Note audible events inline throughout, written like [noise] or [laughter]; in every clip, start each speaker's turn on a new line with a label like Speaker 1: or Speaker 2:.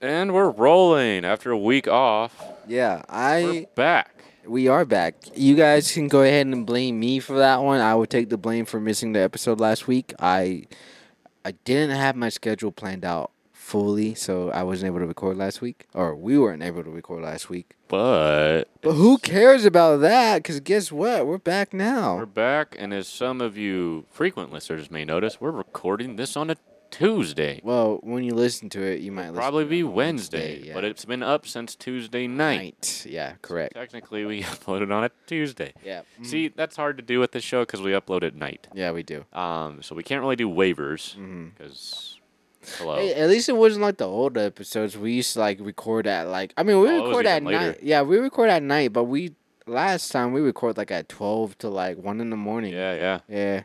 Speaker 1: And we're rolling after a week off.
Speaker 2: Yeah,
Speaker 1: We're
Speaker 2: I
Speaker 1: back.
Speaker 2: we are back. You guys can go ahead and blame me for that one. I would take the blame for missing the episode last week. I I didn't have my schedule planned out fully, so I wasn't able to record last week, or we weren't able to record last week.
Speaker 1: But
Speaker 2: But who cares about that? Because guess what? We're back
Speaker 1: we're
Speaker 2: now.
Speaker 1: back, and as some of you frequent listeners may notice, we're recording this on a Tuesday.
Speaker 2: Well, when you listen to it, you might listen
Speaker 1: Probably be
Speaker 2: Wednesday,
Speaker 1: Wednesday,
Speaker 2: yeah.
Speaker 1: but it's been up since Tuesday night.
Speaker 2: night. Yeah, correct.
Speaker 1: Technically, we [laughs] uploaded on a Tuesday.
Speaker 2: Yeah. mm,
Speaker 1: See, that's hard to do with this show because we upload at night.
Speaker 2: Yeah, we do. Mm-hmm.
Speaker 1: Um, so we can't really do waivers because hello,
Speaker 2: Mm. Hey, at least it wasn't like the old episodes. We used to like record at like I mean we
Speaker 1: Oh, it was
Speaker 2: record at
Speaker 1: even later.
Speaker 2: night. Yeah, we record at night, but we last time we record like at twelve to like one in the morning.
Speaker 1: yeah, yeah,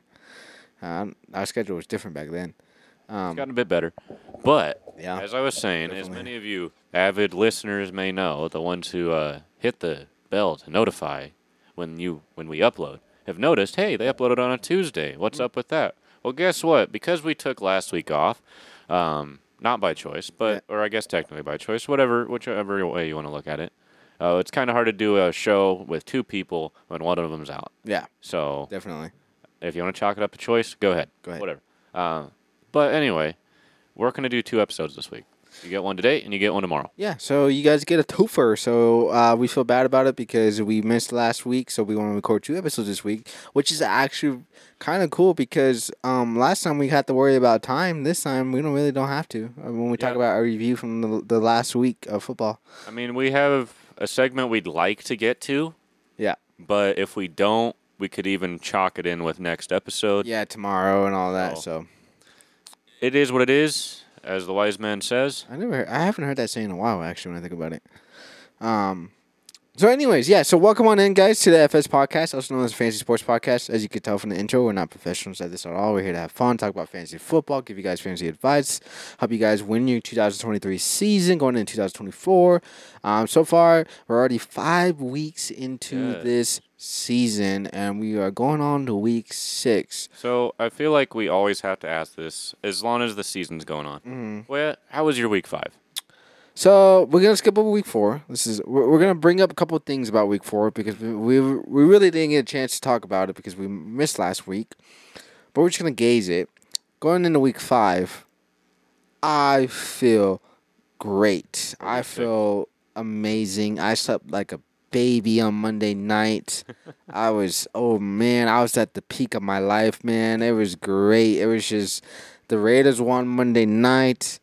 Speaker 2: Yeah. Um, our schedule was different back then.
Speaker 1: it's
Speaker 2: Um,
Speaker 1: gotten a bit better. But
Speaker 2: yeah.
Speaker 1: as I was saying, as
Speaker 2: definitely.
Speaker 1: many of you avid listeners may know, the ones who uh, hit the bell to notify when you when we upload have noticed, hey, they uploaded on a Tuesday.
Speaker 2: Mm.
Speaker 1: What's up with that? Well, guess what? Because we took last week off, um, not by choice, but or I guess technically by choice, whatever, whichever way you want to look at it. Uh, it's kind of hard to do a show with two people when one of them's out.
Speaker 2: Yeah,
Speaker 1: So
Speaker 2: definitely.
Speaker 1: if you want to chalk it up to choice, go ahead.
Speaker 2: Go ahead.
Speaker 1: Whatever. Uh, but anyway, we're going to do two episodes this week. You get one today and you get one tomorrow.
Speaker 2: Yeah, so you guys get a twofer. So uh, we feel bad about it because we missed last week, so we want to record two episodes this week, which is actually kind of cool because um, last time we had to worry about time. This time we don't really don't have to uh, when we talk
Speaker 1: Yeah.
Speaker 2: about our review from the, the last week of football.
Speaker 1: I mean, we have a segment we'd like to get to,
Speaker 2: Yeah,
Speaker 1: but if we don't, we could even chalk it in with next episode.
Speaker 2: yeah, tomorrow and all that.
Speaker 1: Oh.
Speaker 2: So
Speaker 1: It is what it is, as the wise man says.
Speaker 2: I never, heard, I haven't heard that saying in a while. Actually, when I think about it. Um. So, anyways, yeah. So, welcome on in, guys, to the FS podcast, also known as Fantasy Sports Podcast. As you can tell from the intro, we're not professionals at this at all. We're here to have fun, talk about fantasy football, give you guys fantasy advice, help you guys win your 2023 season, going into 2024. Um, so far, we're already five weeks into
Speaker 1: Yes.
Speaker 2: this season, and we are going on to week six.
Speaker 1: So I feel like we always have to ask this as long as the season's going on.
Speaker 2: Mm-hmm.
Speaker 1: Well, how was your week five?
Speaker 2: So we're gonna skip over week four. This is we're, we're gonna bring up a couple of things about week four because we, we we really didn't get a chance to talk about it because we missed last week. But we're just gonna gaze it. Going into week five, I feel great. I
Speaker 1: week six?
Speaker 2: feel amazing. I slept like a baby on Monday night. I was oh man, I was at the peak of my life, man. It was great. It was just the Raiders won Monday night.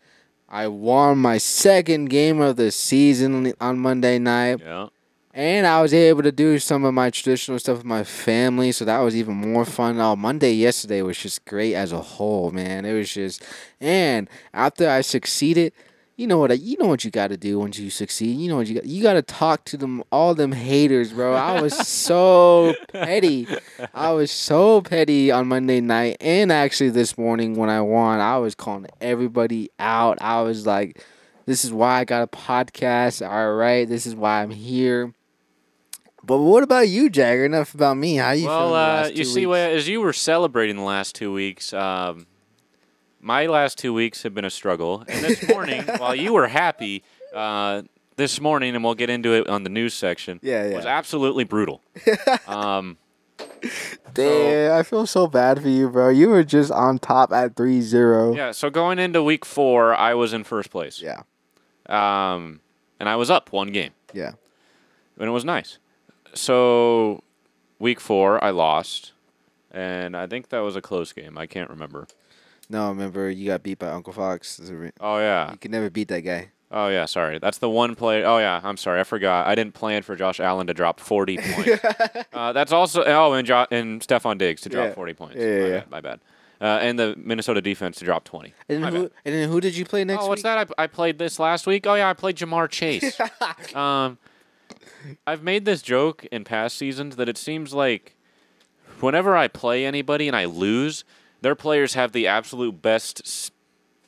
Speaker 2: I won my second game of the season on Monday night.
Speaker 1: Yeah.
Speaker 2: And I was able to do some of my traditional stuff with my family, so that was even more fun. Oh, Monday yesterday was just great as a whole, man. It was just, and after I succeeded, you know what? I- You know what you got to do once you succeed. You know what you got. You got to talk to them, all them haters, bro. I was so petty. I was so petty on Monday night, and actually this morning when I won, I was calling everybody out. I was like. This is why I got a podcast. All right, this is why I'm here. But what about you, Jagger? Enough about me. How you feeling
Speaker 1: well,
Speaker 2: the
Speaker 1: uh,
Speaker 2: last
Speaker 1: you
Speaker 2: two
Speaker 1: see,
Speaker 2: weeks?
Speaker 1: well, as you were celebrating the last two weeks, um, my last two weeks have been a struggle. And
Speaker 2: [laughs]
Speaker 1: this morning, while you were happy, uh, this morning, and we'll get into it on the news section,
Speaker 2: Yeah,
Speaker 1: was
Speaker 2: yeah.
Speaker 1: absolutely
Speaker 2: [laughs]
Speaker 1: brutal. um,
Speaker 2: Damn, I feel so bad for you, bro. You were just on top at 3-0.
Speaker 1: yeah, so going into week four, I was in first place.
Speaker 2: Yeah,
Speaker 1: Um, and I was up one game,
Speaker 2: yeah,
Speaker 1: and it was nice. So week four, I lost. And I think that was a close game. I can't remember.
Speaker 2: No, remember you got beat by Uncle Fox. This is re-
Speaker 1: Oh, yeah.
Speaker 2: You can never beat that guy.
Speaker 1: Oh yeah, sorry. That's the one play. Oh yeah, I'm sorry. I forgot. I didn't plan for Josh Allen to drop [laughs] 40 points. uh, that's also oh, and jo- and Stephon Diggs to drop
Speaker 2: Yeah.
Speaker 1: 40 points.
Speaker 2: Yeah, yeah,
Speaker 1: my
Speaker 2: yeah.
Speaker 1: Bad, my bad. Uh, and the Minnesota defense to drop 20.
Speaker 2: And
Speaker 1: My
Speaker 2: who?
Speaker 1: bad.
Speaker 2: And then who did you play next?
Speaker 1: Oh, what's that? I, I played this last week. Oh yeah, I played Jamar Chase. [laughs] um, I've made this joke in past seasons that it seems like whenever I play anybody and I lose, their players have the absolute best, s-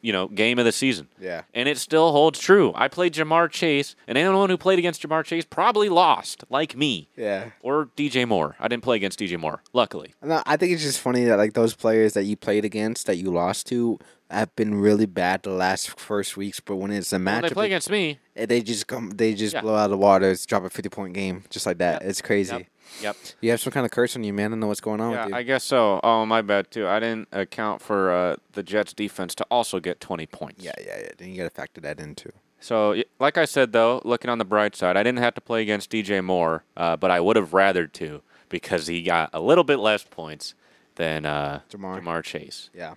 Speaker 1: you know, game of the season.
Speaker 2: Yeah.
Speaker 1: And it still holds true. I played Jamar Chase, and anyone who played against Jamar Chase probably lost, like me.
Speaker 2: Yeah.
Speaker 1: Or DJ Moore. I didn't play against DJ Moore, luckily.
Speaker 2: No, I think it's just funny that like those players that you played against that you lost to I've been really bad the last first weeks, but when it's a
Speaker 1: When
Speaker 2: match,
Speaker 1: they play against me,
Speaker 2: Eh, they just come, they just
Speaker 1: Yeah.
Speaker 2: blow out of the water. It's drop a fifty point game just like that.
Speaker 1: Yep.
Speaker 2: It's crazy.
Speaker 1: Yep. yep.
Speaker 2: You have some kind of curse on you, man. I don't know what's going on
Speaker 1: Yeah,
Speaker 2: [laughs] with you.
Speaker 1: I guess so. Oh, my bad too. I didn't account for uh, the Jets defense to also get 20 points.
Speaker 2: yeah, yeah, yeah. Then you gotta factor that in too.
Speaker 1: So, y- like I said though, looking on the bright side, I didn't have to play against DJ Moore, uh, but I would have rathered to because he got a little bit less points than uh,
Speaker 2: Jamar.
Speaker 1: Chase.
Speaker 2: Yeah.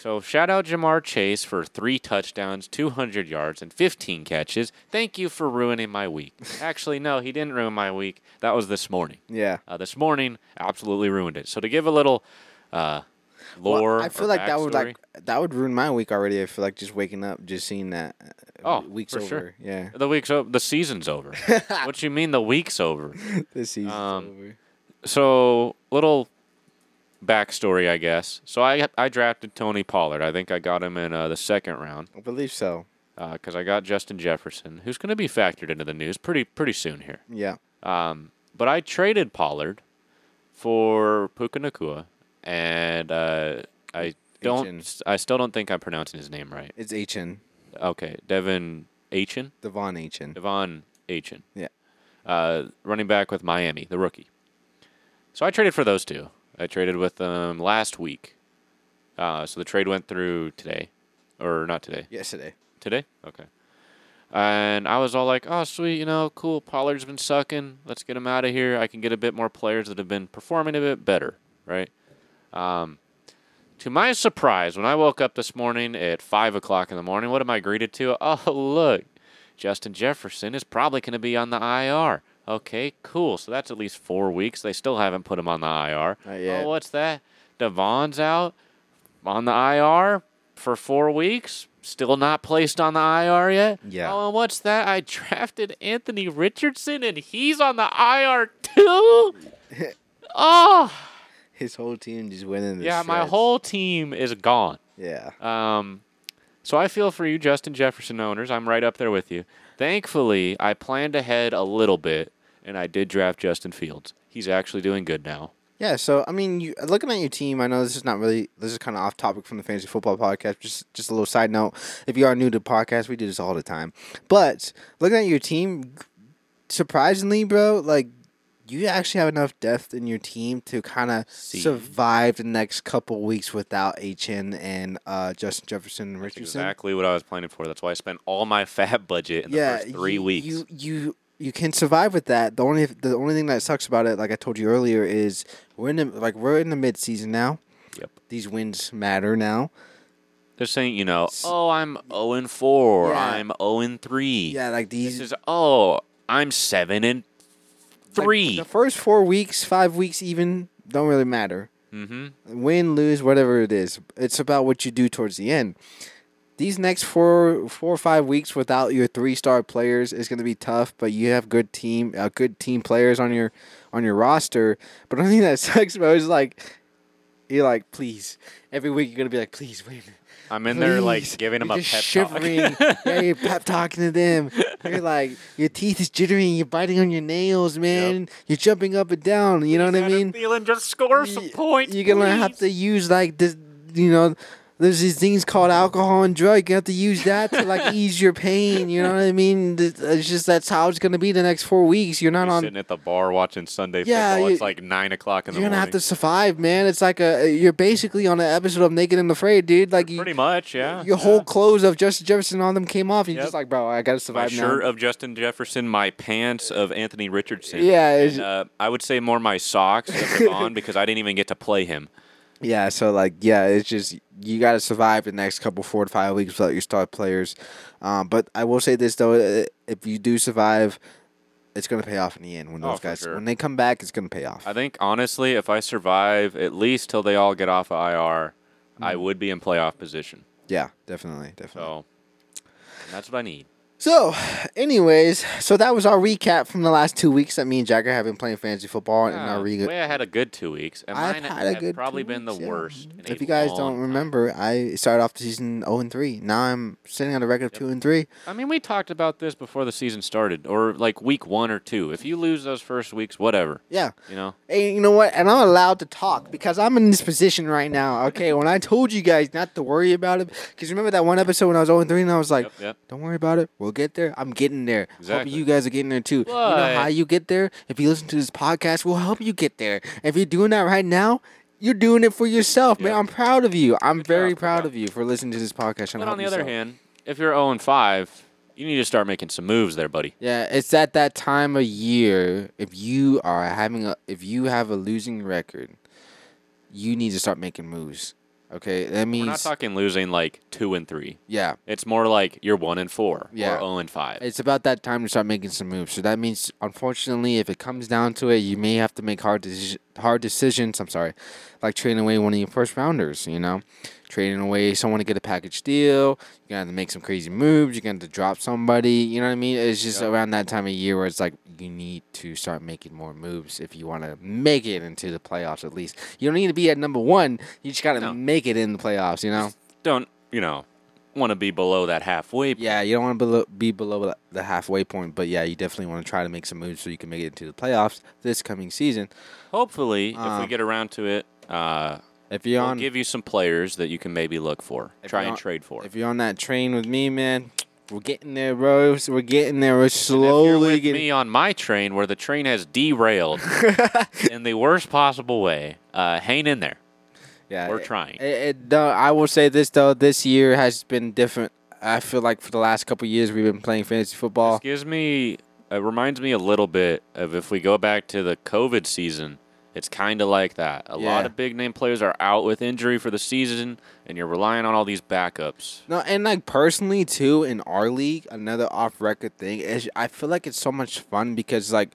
Speaker 1: So shout out Jamar Chase for three touchdowns, 200 yards, and 15 catches. Thank you for ruining my
Speaker 2: [laughs]
Speaker 1: week. Actually, no, he didn't ruin my week. That was this morning.
Speaker 2: Yeah.
Speaker 1: Uh, this morning absolutely ruined it. So to give a little uh,
Speaker 2: Well,
Speaker 1: lore,
Speaker 2: I feel
Speaker 1: or
Speaker 2: like that would
Speaker 1: backstory-
Speaker 2: like that would ruin my week already. I feel like just waking up, just seeing that.
Speaker 1: Oh,
Speaker 2: uh, week's
Speaker 1: for
Speaker 2: over.
Speaker 1: sure.
Speaker 2: Yeah, [laughs]
Speaker 1: the week's over. The season's over. what you mean the week's over?
Speaker 2: this season's
Speaker 1: Um,
Speaker 2: over.
Speaker 1: So little backstory, I guess. So I I drafted Tony Pollard. I think I got him in uh, the second round.
Speaker 2: I believe so.
Speaker 1: because uh, I got Justin Jefferson, who's going to be factored into the news pretty pretty soon here.
Speaker 2: Yeah.
Speaker 1: Um, but I traded Pollard for Puka Nakua, and uh, I
Speaker 2: Achin.
Speaker 1: don't, I still don't think I'm pronouncing his name right.
Speaker 2: It's Achin,
Speaker 1: Okay, Devin Achin,
Speaker 2: Devon Achin.
Speaker 1: Devon Achin.
Speaker 2: Yeah.
Speaker 1: Uh, running back with Miami, the rookie. So I traded for those two. I traded with them last week. Uh, so the trade went through today, or not today.
Speaker 2: Yesterday.
Speaker 1: Today? Okay. And I was all like, oh, sweet, you know, cool. Pollard's been sucking. Let's get him out of here. I can get a bit more players that have been performing a bit better, right? Um, to my surprise, when I woke up this morning at 5 o'clock in the morning, what am I greeted to? [laughs] Oh, look, Justin Jefferson is probably going to be on the IR. Okay, cool. So that's at least four weeks. They still haven't put him on the IR.
Speaker 2: Not yet.
Speaker 1: Oh, what's that? Devon's out on the IR for four weeks. Still not placed on the IR yet.
Speaker 2: Yeah.
Speaker 1: Oh, and what's that? I drafted Anthony Richardson and he's on the IR
Speaker 2: [laughs]
Speaker 1: too. oh,
Speaker 2: His whole team just went in. The
Speaker 1: yeah. My
Speaker 2: shreds.
Speaker 1: whole team is gone.
Speaker 2: Yeah.
Speaker 1: Um, so I feel for you, Justin Jefferson owners. I'm right up there with you. Thankfully, I planned ahead a little bit and I did draft Justin Fields. He's actually doing good now.
Speaker 2: Yeah. So I mean, you looking at your team. I know this is not really. This is kind of off topic from the fantasy football podcast. Just just a little side note. If you are new to the podcast, we do this all the time. But looking at your team, surprisingly, bro, like you actually have enough depth in your team to kind of
Speaker 1: See.
Speaker 2: survive the next couple weeks without HN and uh, Justin Jefferson and
Speaker 1: That's
Speaker 2: Richardson.
Speaker 1: exactly what I was planning for. That's why I spent all my [laughs] fab budget in the first three
Speaker 2: you,
Speaker 1: weeks.
Speaker 2: You you you can survive with that. The only the only thing that sucks about it, like I told you earlier, is we're in the like we're in the mid season now.
Speaker 1: Yep.
Speaker 2: These wins matter now.
Speaker 1: They're saying, you know, oh, I'm 0 and 4,
Speaker 2: Yeah.
Speaker 1: I'm 0 and 3.
Speaker 2: Yeah, like
Speaker 1: This
Speaker 2: these
Speaker 1: is, oh, I'm 7 and
Speaker 2: like,
Speaker 1: 3.
Speaker 2: the first four weeks, five weeks, even don't really matter.
Speaker 1: mm-hmm.
Speaker 2: Win, lose, whatever it is, it's about what you do towards the end. These next four four or five weeks without your three star players is going to be tough, but you have good team uh, good team players on your on your roster. But [laughs] the only thing that sucks about is like you're like, please. Every week you're gonna be like, please win.
Speaker 1: I'm in there,
Speaker 2: Please.
Speaker 1: like, giving them
Speaker 2: You're
Speaker 1: a
Speaker 2: just
Speaker 1: pep [laughs] talk.
Speaker 2: shivering. yeah, you're pep talking to them. You're like, your teeth is jittering. You're biting on your nails, man. You're jumping up and down. You know what I mean?
Speaker 1: Feeling just score some
Speaker 2: Y-
Speaker 1: points.
Speaker 2: You're gonna have to use like this. You know, there's these things called alcohol and drug. You have to use that to like ease your pain. You know what I mean? Th- It's just that's how it's gonna be the next four weeks. You're not
Speaker 1: You're
Speaker 2: on.
Speaker 1: sitting at the bar watching Sunday
Speaker 2: Yeah,
Speaker 1: football.
Speaker 2: you-
Speaker 1: it's like 9 o'clock in
Speaker 2: You're
Speaker 1: the
Speaker 2: gonna
Speaker 1: morning.
Speaker 2: have to survive, man. It's like a you're basically on an episode of Naked and Afraid, dude. Like you,
Speaker 1: Pretty much, yeah.
Speaker 2: your whole clothes of Justin Jefferson on them came off. And you're
Speaker 1: Yep.
Speaker 2: just like, bro, I gotta
Speaker 1: my
Speaker 2: survive now.
Speaker 1: shirt of Justin Jefferson, my pants of Anthony Richardson.
Speaker 2: Yeah, it's-
Speaker 1: And, uh, I would say more my socks
Speaker 2: [laughs]
Speaker 1: of Devon because I didn't even get to play him.
Speaker 2: Yeah, so like, yeah, it's just you got to survive the next couple four to five weeks without your star players. Um, but I will say this though, i- if you do survive, it's gonna pay off in the end when
Speaker 1: Oh,
Speaker 2: those
Speaker 1: for
Speaker 2: guys
Speaker 1: sure.
Speaker 2: when they come back, it's gonna pay off.
Speaker 1: I think honestly, if I survive at least till they all get off of IR,
Speaker 2: Hmm.
Speaker 1: I would be in playoff position.
Speaker 2: yeah, definitely, definitely.
Speaker 1: So and that's what I need.
Speaker 2: So, anyways, so that was our recap from the last two weeks that me and Jagger have been playing fantasy football and
Speaker 1: Yeah,
Speaker 2: our re-
Speaker 1: the way I had a good two weeks, and
Speaker 2: I've
Speaker 1: mine
Speaker 2: had a
Speaker 1: have
Speaker 2: good
Speaker 1: probably
Speaker 2: two
Speaker 1: been the
Speaker 2: weeks, yeah.
Speaker 1: worst. in
Speaker 2: If
Speaker 1: a
Speaker 2: you guys
Speaker 1: long
Speaker 2: don't
Speaker 1: time.
Speaker 2: remember, I started off the season 0 and 3. Now I'm sitting on a record of 2 and 3.
Speaker 1: I mean, we talked about this before the season started, or like week one or two. If you lose those first weeks, whatever,
Speaker 2: Yeah.
Speaker 1: you know.
Speaker 2: And you know what? And I'm allowed to talk because I'm in this position right now. Okay, when I told you guys not to worry about it, because remember that one episode when I was 0 and 3 and I was like,
Speaker 1: Yep, yep.
Speaker 2: don't worry about it. We'll get there. I'm getting there.
Speaker 1: Exactly.
Speaker 2: Hope you guys are getting there too. you
Speaker 1: But-
Speaker 2: know how you get there? If you listen to this podcast, we'll help you get there. If you're doing that right now, you're doing it for yourself, man.
Speaker 1: Yep.
Speaker 2: I'm proud of you. I'm
Speaker 1: Good
Speaker 2: very
Speaker 1: job, good
Speaker 2: proud
Speaker 1: job.
Speaker 2: of you for listening to this podcast. and
Speaker 1: But on
Speaker 2: helping
Speaker 1: the other
Speaker 2: yourself.
Speaker 1: hand, if you're 0 and 5, you need to start making some moves there, buddy.
Speaker 2: Yeah, it's at that time of year. If you are having a, if you have a losing record, you need to start making moves. Okay, that means
Speaker 1: We're not talking losing like 2 and 3.
Speaker 2: yeah,
Speaker 1: It's more like you're 1 and 4 or
Speaker 2: Yeah.
Speaker 1: 0 and 5.
Speaker 2: it's about that time to start making some moves. So that means, unfortunately, if it comes down to it, you may have to make hard deci- hard decisions. I'm sorry, like trading away one of your first rounders. You know, trading away someone to get a package deal. You're gonna have to make some crazy moves. You're gonna have to drop somebody. You know what I mean? It's just
Speaker 1: Yeah.
Speaker 2: around that time of year where it's like you need to start making more moves if you want to make it into the playoffs. At least you don't need to be at number one. You just gotta
Speaker 1: No.
Speaker 2: make it in the playoffs. You know?
Speaker 1: Don't, you know, want to be below that halfway. point.
Speaker 2: Yeah, you don't want to below, be below the halfway point, but yeah, you definitely want to try to make some moves so you can make it into the playoffs this coming season.
Speaker 1: Hopefully, if we
Speaker 2: Um,
Speaker 1: get around to it, uh,
Speaker 2: If you're
Speaker 1: we'll
Speaker 2: on,
Speaker 1: give you some players that you can maybe look for,
Speaker 2: If
Speaker 1: try
Speaker 2: you're
Speaker 1: and
Speaker 2: on-
Speaker 1: trade for.
Speaker 2: if you're on that train with me, man, we're getting there, bro. We're getting there. We're
Speaker 1: And if you're
Speaker 2: slowly
Speaker 1: with
Speaker 2: getting.
Speaker 1: me on my train where the train has
Speaker 2: [laughs]
Speaker 1: derailed in the worst possible way, uh, hang in there.
Speaker 2: yeah,
Speaker 1: We're
Speaker 2: it-
Speaker 1: trying.
Speaker 2: It, it, though, I will say this though, this year has been different. I feel like for the last couple of years we've been playing fantasy football.
Speaker 1: This gives me, it reminds me a little bit of if we go back to the COVID season, it's kind of like that. A lot
Speaker 2: Yeah.
Speaker 1: of big name players are out with injury for the season, and you're relying on all these backups.
Speaker 2: No, and like personally too, in our league, another off record thing is I feel like it's so much fun because like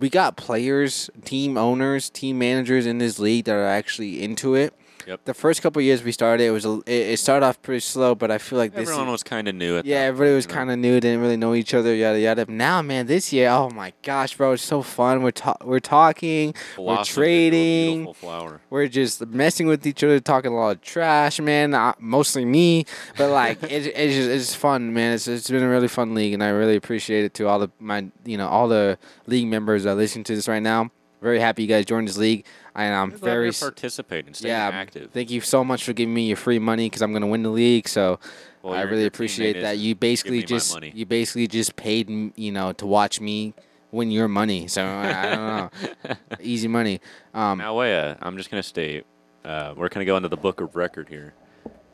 Speaker 2: we got players, team owners, team managers in this league that are actually into it.
Speaker 1: Yep.
Speaker 2: The first couple years we started, it was a, it, it started off pretty slow, but I feel like this.
Speaker 1: Everyone was kind of new at
Speaker 2: yeah,
Speaker 1: that
Speaker 2: everybody
Speaker 1: point,
Speaker 2: was
Speaker 1: you know?
Speaker 2: kind of new, didn't really know each other, yada yada. Now, man, this year, oh my gosh, bro, it's so fun. We're ta- we're talking, we're
Speaker 1: Blossomed into a
Speaker 2: trading,
Speaker 1: beautiful flower.
Speaker 2: we're just messing with each other, talking a lot of trash, man. Uh mostly me, but like it's [laughs] it's just it's fun, man. It's it's been a really fun league, and I really appreciate it to all the my you know all the league members that listen to this right now. Very happy you guys joined this league, and I'm
Speaker 1: Glad
Speaker 2: very
Speaker 1: you're
Speaker 2: s-
Speaker 1: participating, staying
Speaker 2: yeah.
Speaker 1: active.
Speaker 2: Thank you so much for giving me your free money because I'm gonna win the league. So
Speaker 1: Well,
Speaker 2: I
Speaker 1: your-
Speaker 2: really
Speaker 1: your teammate
Speaker 2: appreciate that.
Speaker 1: isn't.
Speaker 2: You basically
Speaker 1: me my
Speaker 2: just
Speaker 1: money.
Speaker 2: you basically just paid m- you know to watch me win your money. So I I don't
Speaker 1: [laughs]
Speaker 2: know, easy money. Um,
Speaker 1: Now, Wea, I'm just gonna state uh, we're gonna go into the book of record here.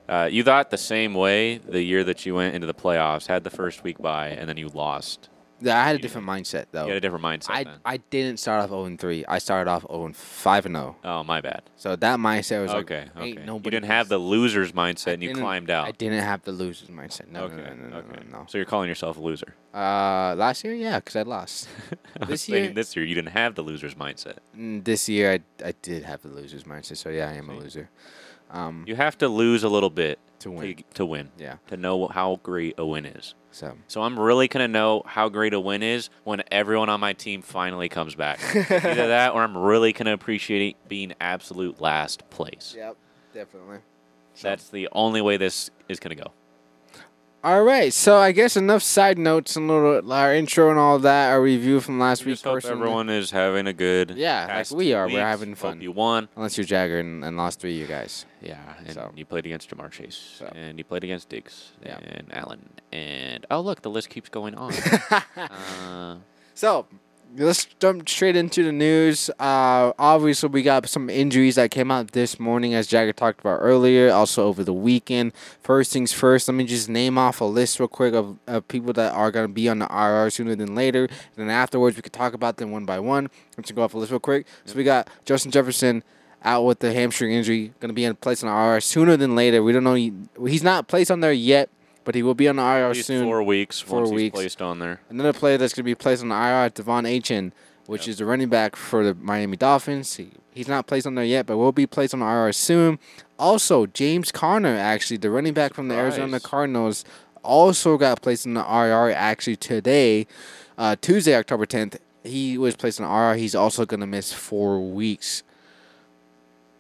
Speaker 1: Uh, you thought the same way the year that you went into the playoffs, had the first week by, and then you lost.
Speaker 2: I had a different mindset though.
Speaker 1: You had a different mindset.
Speaker 2: I,
Speaker 1: then.
Speaker 2: I didn't start off 0 and 3. I started off 0 and 5 and 0.
Speaker 1: oh, my bad.
Speaker 2: So that mindset was
Speaker 1: Okay,
Speaker 2: like,
Speaker 1: okay.
Speaker 2: ain't nobody.
Speaker 1: you didn't have the loser's mindset, and you
Speaker 2: didn't-
Speaker 1: climbed out.
Speaker 2: I didn't have the losers mindset. No,
Speaker 1: okay,
Speaker 2: no, no, no,
Speaker 1: okay.
Speaker 2: no,
Speaker 1: So you're calling yourself a loser.
Speaker 2: no. Uh, last year, yeah, because I lost.
Speaker 1: [laughs] I was
Speaker 2: This
Speaker 1: saying
Speaker 2: year-
Speaker 1: this year, you didn't have the loser's mindset.
Speaker 2: Mm, this year, I, I did have the losers mindset. So yeah, I am a loser. Um,
Speaker 1: You have to lose a little bit
Speaker 2: To win.
Speaker 1: To, to win.
Speaker 2: yeah.
Speaker 1: To know how great a win is.
Speaker 2: So
Speaker 1: So I'm really gonna know how great a win is when everyone on my team finally comes
Speaker 2: [laughs]
Speaker 1: back. Either that, or I'm really gonna appreciate it being absolute last place.
Speaker 2: yep, definitely.
Speaker 1: That's the only way this is gonna go.
Speaker 2: All right, so I guess enough side notes and little our intro and all that. Our review from last
Speaker 1: We
Speaker 2: week.
Speaker 1: just hope
Speaker 2: personally.
Speaker 1: everyone is having a good.
Speaker 2: Yeah, like
Speaker 1: past
Speaker 2: we
Speaker 1: two
Speaker 2: are. We're
Speaker 1: weeks.
Speaker 2: having
Speaker 1: Hope
Speaker 2: fun.
Speaker 1: you won.
Speaker 2: Unless you're Jagger and, and lost three of you guys.
Speaker 1: Yeah, and
Speaker 2: So.
Speaker 1: you played against Jamar Chase,
Speaker 2: So.
Speaker 1: and you played against Diggs,
Speaker 2: Yeah.
Speaker 1: and Allen, and oh look, the list keeps going
Speaker 2: [laughs]
Speaker 1: on. uh,
Speaker 2: So let's jump straight into the news. Uh, obviously, we got some injuries that came out this morning, as Jagger talked about earlier, also over the weekend. First things first, let me just name off a list real quick of, of people that are going to be on the IR sooner than later. And then afterwards, we could talk about them one by one. I'm just going to go off a list real quick. So we got Justin Jefferson. Out with the hamstring injury, going to be in place on the IR sooner than later. We don't know. He's not placed on there yet, but he will be on the IR
Speaker 1: at least
Speaker 2: soon.
Speaker 1: four weeks.
Speaker 2: Four
Speaker 1: once he's
Speaker 2: weeks.
Speaker 1: placed on there.
Speaker 2: Another player that's going to be placed on the IR is Devon Achan, which is the running back for the Miami Dolphins. He, he's not placed on there yet, but will be placed on the IR soon. Also, James Conner, actually, the running back from the Arizona
Speaker 1: Surprise.
Speaker 2: Cardinals, also got placed in the RR actually today, uh, Tuesday, October 10th. He was placed in the RR. He's also going to miss four weeks.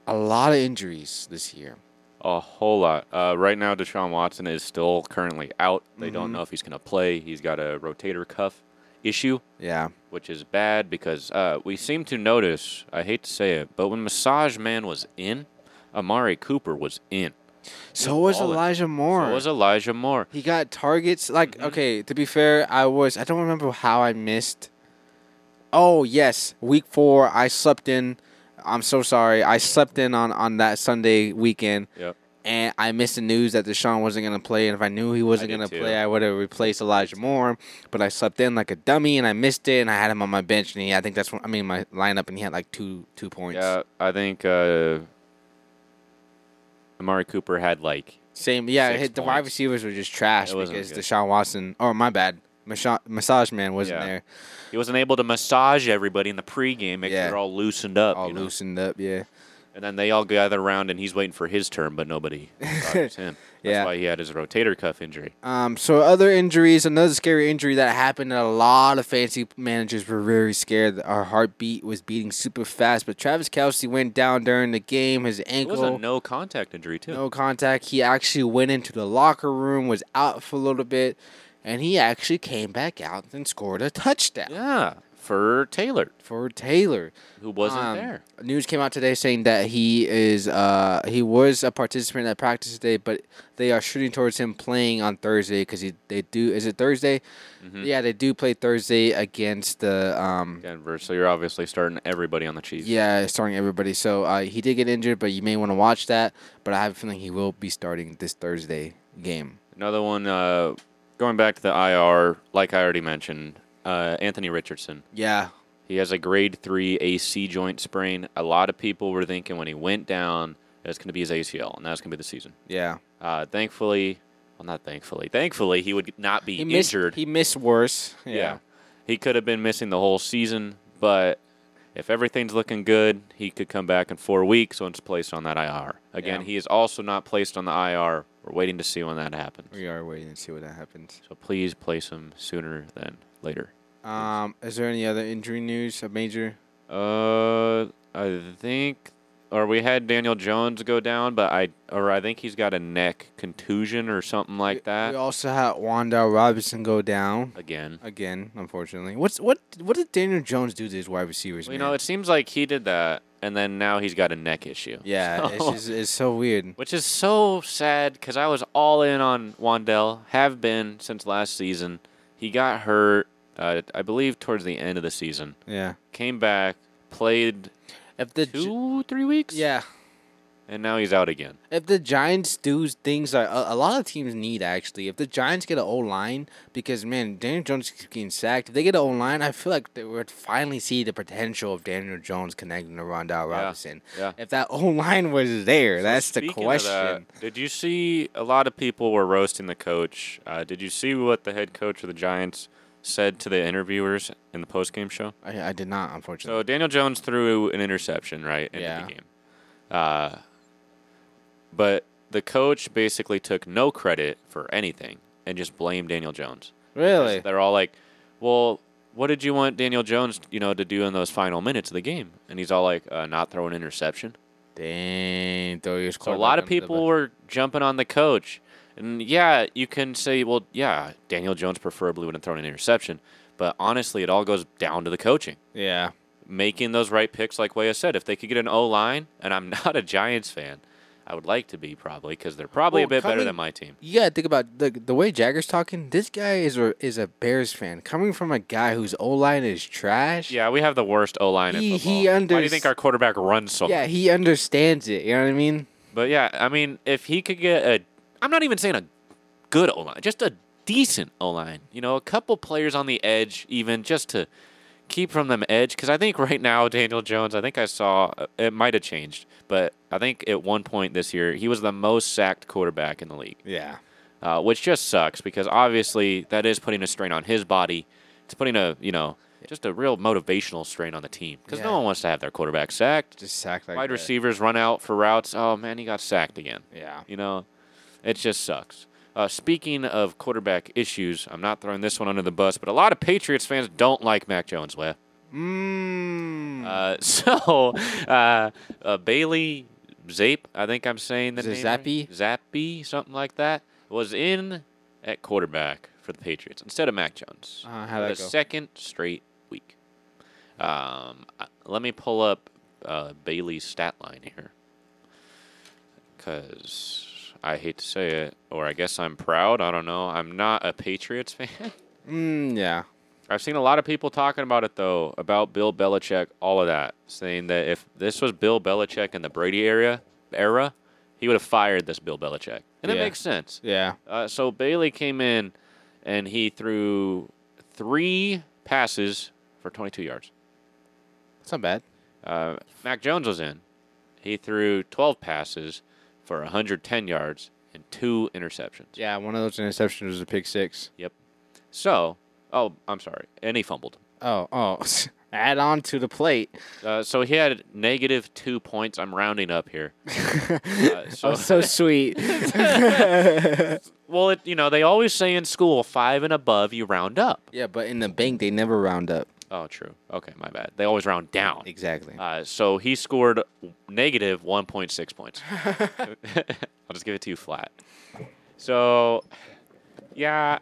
Speaker 2: A lot of injuries this year.
Speaker 1: A whole lot. Uh, right now, Deshaun Watson is still currently out. They
Speaker 2: Mm-hmm.
Speaker 1: don't know if he's going to play. He's got a rotator cuff issue,
Speaker 2: Yeah.
Speaker 1: which is bad because uh, we seem to notice, I hate to say it, but when Massage Man was in, Amari Cooper was in.
Speaker 2: So was
Speaker 1: balling.
Speaker 2: Elijah Moore.
Speaker 1: So was Elijah Moore.
Speaker 2: He got targets. Like,
Speaker 1: Mm-hmm.
Speaker 2: okay, to be fair, I was. I don't remember how I missed. Oh yes, week four. I slept in. I'm so sorry. I slept in on on that Sunday weekend,
Speaker 1: Yep.
Speaker 2: and I missed the news that Deshaun wasn't gonna play. And if I knew he wasn't
Speaker 1: did
Speaker 2: gonna
Speaker 1: too.
Speaker 2: play, I would have replaced Elijah Moore. But I slept in like a dummy, and I missed it. And I had him on my bench, and he, I think that's when I mean my lineup, and he had like two two points.
Speaker 1: Yeah, I think uh, Amari Cooper had like
Speaker 2: Same. Yeah,
Speaker 1: Six
Speaker 2: hit, the wide
Speaker 1: points.
Speaker 2: receivers were just trash
Speaker 1: It
Speaker 2: because
Speaker 1: wasn't good.
Speaker 2: Deshaun Watson. Or my bad. Masha- Massage man wasn't
Speaker 1: Yeah.
Speaker 2: there.
Speaker 1: he wasn't able to massage everybody in the pregame, make
Speaker 2: Yeah.
Speaker 1: sure they're all loosened up.
Speaker 2: all
Speaker 1: you know?
Speaker 2: loosened up. Yeah,
Speaker 1: And then they all gather around, and he's waiting for his turn, but
Speaker 2: [laughs]
Speaker 1: nobody bothers him. That's
Speaker 2: Yeah.
Speaker 1: why he had his rotator cuff injury.
Speaker 2: Um, so other injuries, another scary injury that happened that a lot of fantasy managers were very scared. Our heartbeat was beating super fast, but Travis Kelsey went down during the game. His
Speaker 1: It was a
Speaker 2: ankle,
Speaker 1: no contact injury too.
Speaker 2: no contact. He actually went into the locker room, was out for a little bit, and he actually came back out and scored a touchdown
Speaker 1: Yeah, for Taylor,
Speaker 2: for Taylor.
Speaker 1: who wasn't
Speaker 2: Um,
Speaker 1: there.
Speaker 2: News came out today saying that he is uh he was a participant at practice today, but they are shooting towards him playing on Thursday because he they do is it Thursday? Yeah, they do play Thursday against the um
Speaker 1: Denver, so you're obviously starting everybody on the Chiefs.
Speaker 2: yeah starting everybody. So uh, he did get injured, but you may want to watch that. But I have a feeling he will be starting this Thursday game.
Speaker 1: Another one, uh, going back to the IR, like I already mentioned, uh, Anthony Richardson.
Speaker 2: Yeah,
Speaker 1: He has a grade three AC joint sprain. A lot of people were thinking when he went down, it's going to be his ACL, and that's going to be the season.
Speaker 2: yeah.
Speaker 1: Uh, thankfully, well, not thankfully. Thankfully, he would not be
Speaker 2: He missed.
Speaker 1: injured.
Speaker 2: He missed worse. Yeah.
Speaker 1: He could have been missing the whole season, but if everything's looking good, he could come back in four weeks once placed on that IR. Again,
Speaker 2: Yeah.
Speaker 1: he is also not placed on the IR. We're waiting to see when that happens.
Speaker 2: We are waiting to see what that happens.
Speaker 1: So please place him sooner than later.
Speaker 2: Um, is there any other injury news? A major?
Speaker 1: Uh, I think, or we had Daniel Jones go down, but I, or I think he's got a neck contusion or something like
Speaker 2: We
Speaker 1: that.
Speaker 2: also had Wanda Robinson go down
Speaker 1: Again,
Speaker 2: again, unfortunately. What's what? What did Daniel Jones do to his wide receivers?
Speaker 1: you
Speaker 2: man?
Speaker 1: know, it seems like he did that, and then now he's got a neck issue.
Speaker 2: yeah, it's
Speaker 1: So-
Speaker 2: just, it's so weird.
Speaker 1: which is so sad because I was all in on Wandell, have been since last season. He got hurt, uh, I believe, towards the end of the season.
Speaker 2: Yeah,
Speaker 1: Came back, played
Speaker 2: if the Gi-
Speaker 1: two, three weeks,
Speaker 2: yeah,
Speaker 1: and now he's out again.
Speaker 2: if the Giants do things that a, a lot of teams need actually, if the Giants get an O line, because man, Daniel Jones keeps getting sacked. If they get an O line, I feel like they would finally see the potential of Daniel Jones connecting to Rondell Robinson.
Speaker 1: yeah.
Speaker 2: If that O line was there, that's the
Speaker 1: Speaking of
Speaker 2: question.
Speaker 1: that, did you see a lot of people were roasting the coach? Uh, did you see what the head coach of the Giants said to the interviewers in the postgame show?
Speaker 2: I, I did not, unfortunately.
Speaker 1: So Daniel Jones threw an interception right into
Speaker 2: Yeah.
Speaker 1: the game, uh, but the coach basically took no credit for anything and just blamed Daniel Jones.
Speaker 2: really?
Speaker 1: They're all like, "Well, what did you want Daniel Jones, you know, to do in those final minutes of the game?" And he's all like, uh, "Not throw an interception."
Speaker 2: Dang, throw your
Speaker 1: So a
Speaker 2: quarterback
Speaker 1: lot of
Speaker 2: under the
Speaker 1: people were jumping on the coach. And yeah, you can say, well, yeah, Daniel Jones preferably would have thrown an interception. But honestly, it all goes down to the coaching.
Speaker 2: bus. Yeah.
Speaker 1: Making those right picks, like Waya said, if they could get an O line, and I'm [laughs] not a Giants fan, I would like to be probably because they're probably a
Speaker 2: Well,
Speaker 1: bit better
Speaker 2: coming-
Speaker 1: than my team.
Speaker 2: You gotta think about the the way Jagger's talking. This guy is a is a Bears fan coming from a guy whose O line is trash.
Speaker 1: Yeah, we have the worst O line in
Speaker 2: He-
Speaker 1: football.
Speaker 2: he
Speaker 1: Why do
Speaker 2: unders-
Speaker 1: you think our quarterback runs so?
Speaker 2: Yeah,
Speaker 1: much?
Speaker 2: he understands it. You know what I mean?
Speaker 1: But yeah, I mean, if he could get a, I'm not even saying a good O line, just a decent O line. You know, a couple players on the edge, even just to keep from them edge. Because I think right now Daniel Jones, I think I saw uh, it might have changed, but I think at one point this year he was the most sacked quarterback in the league,
Speaker 2: Yeah.
Speaker 1: uh, which just sucks because obviously that is putting a strain on his body. It's putting a you know just a real motivational strain on the team because
Speaker 2: Yeah.
Speaker 1: no one wants to have their quarterback sacked.
Speaker 2: Just sack like
Speaker 1: Wide
Speaker 2: that.
Speaker 1: receivers run out for routes. Oh man, he got sacked again.
Speaker 2: Yeah.
Speaker 1: You know, it just sucks. Uh, speaking of quarterback issues, I'm not throwing this one under the bus, but a lot of Patriots fans don't like Mac Jones, Wes.
Speaker 2: Mm.
Speaker 1: Uh, [laughs] so uh, uh, Bailey Zape, I think I'm saying the
Speaker 2: Is
Speaker 1: name
Speaker 2: it
Speaker 1: right.
Speaker 2: Zappy?
Speaker 1: Zappy, something like that, was in at quarterback for the Patriots instead of Mac Jones.
Speaker 2: Uh,
Speaker 1: for
Speaker 2: how'd that
Speaker 1: the
Speaker 2: go?
Speaker 1: second straight week. Um, I- let me pull up uh, Bailey's stat line here, because I hate to say it, or I guess I'm proud. I don't know. I'm not a Patriots [laughs] fan.
Speaker 2: Mm, yeah.
Speaker 1: I've seen a lot of people talking about it though, about Bill Belichick, all of that, saying that if this was Bill Belichick in the Brady era, era, he would have fired this Bill Belichick, and it
Speaker 2: Yeah.
Speaker 1: makes sense.
Speaker 2: Yeah.
Speaker 1: Uh, so Bailey came in, and he threw three passes for 22 yards.
Speaker 2: It's not bad.
Speaker 1: Uh, Mac Jones was in. He threw 12 passes for 110 yards and two interceptions.
Speaker 2: Yeah, one of those interceptions was a pick six.
Speaker 1: So, oh, I'm sorry, and he fumbled.
Speaker 2: Oh, oh. [laughs] Add on to the plate.
Speaker 1: Uh, so he had negative two points. I'm rounding up here. Uh, so,
Speaker 2: Oh, [laughs] so sweet.
Speaker 1: well, it, you know, they always say in school, five and above, you round up.
Speaker 2: yeah, but in the bank, they never round up.
Speaker 1: Oh, true. Okay, my bad. They always round down.
Speaker 2: Exactly.
Speaker 1: Uh, so he scored negative 1.6 points. [laughs] I'll just give it to you flat. So, yeah,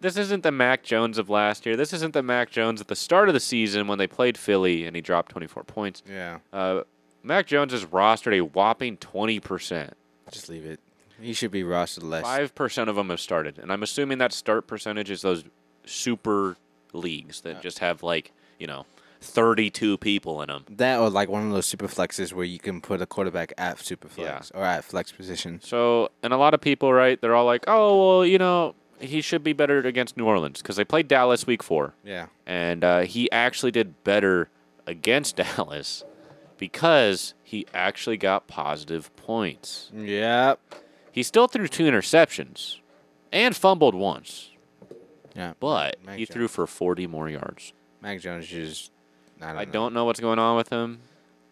Speaker 1: this isn't the Mac Jones of last year. This isn't the Mac Jones at the start of the season when they played Philly and he dropped 24 points.
Speaker 2: yeah.
Speaker 1: Uh, Mac Jones has rostered a whopping 20%.
Speaker 2: Just leave it. He should be rostered less.
Speaker 1: Five percent of them have started, and I'm assuming that start percentage is those super leagues that just have like you know 32 people in them.
Speaker 2: That or like one of those super flexes where you can put a quarterback at super flex or at flex position.
Speaker 1: So, and a lot of people, right? They're all like, "Oh, well, you know, he should be better against New Orleans because they played Dallas week four,
Speaker 2: Yeah.
Speaker 1: and uh, he actually did better against [laughs] Dallas because he actually got positive points.
Speaker 2: Yep.
Speaker 1: He still threw two interceptions and fumbled once,
Speaker 2: Yeah.
Speaker 1: but
Speaker 2: Mac
Speaker 1: he threw for 40 more yards."
Speaker 2: Mac Jones is. I don't.
Speaker 1: I
Speaker 2: know.
Speaker 1: don't know what's going on with him.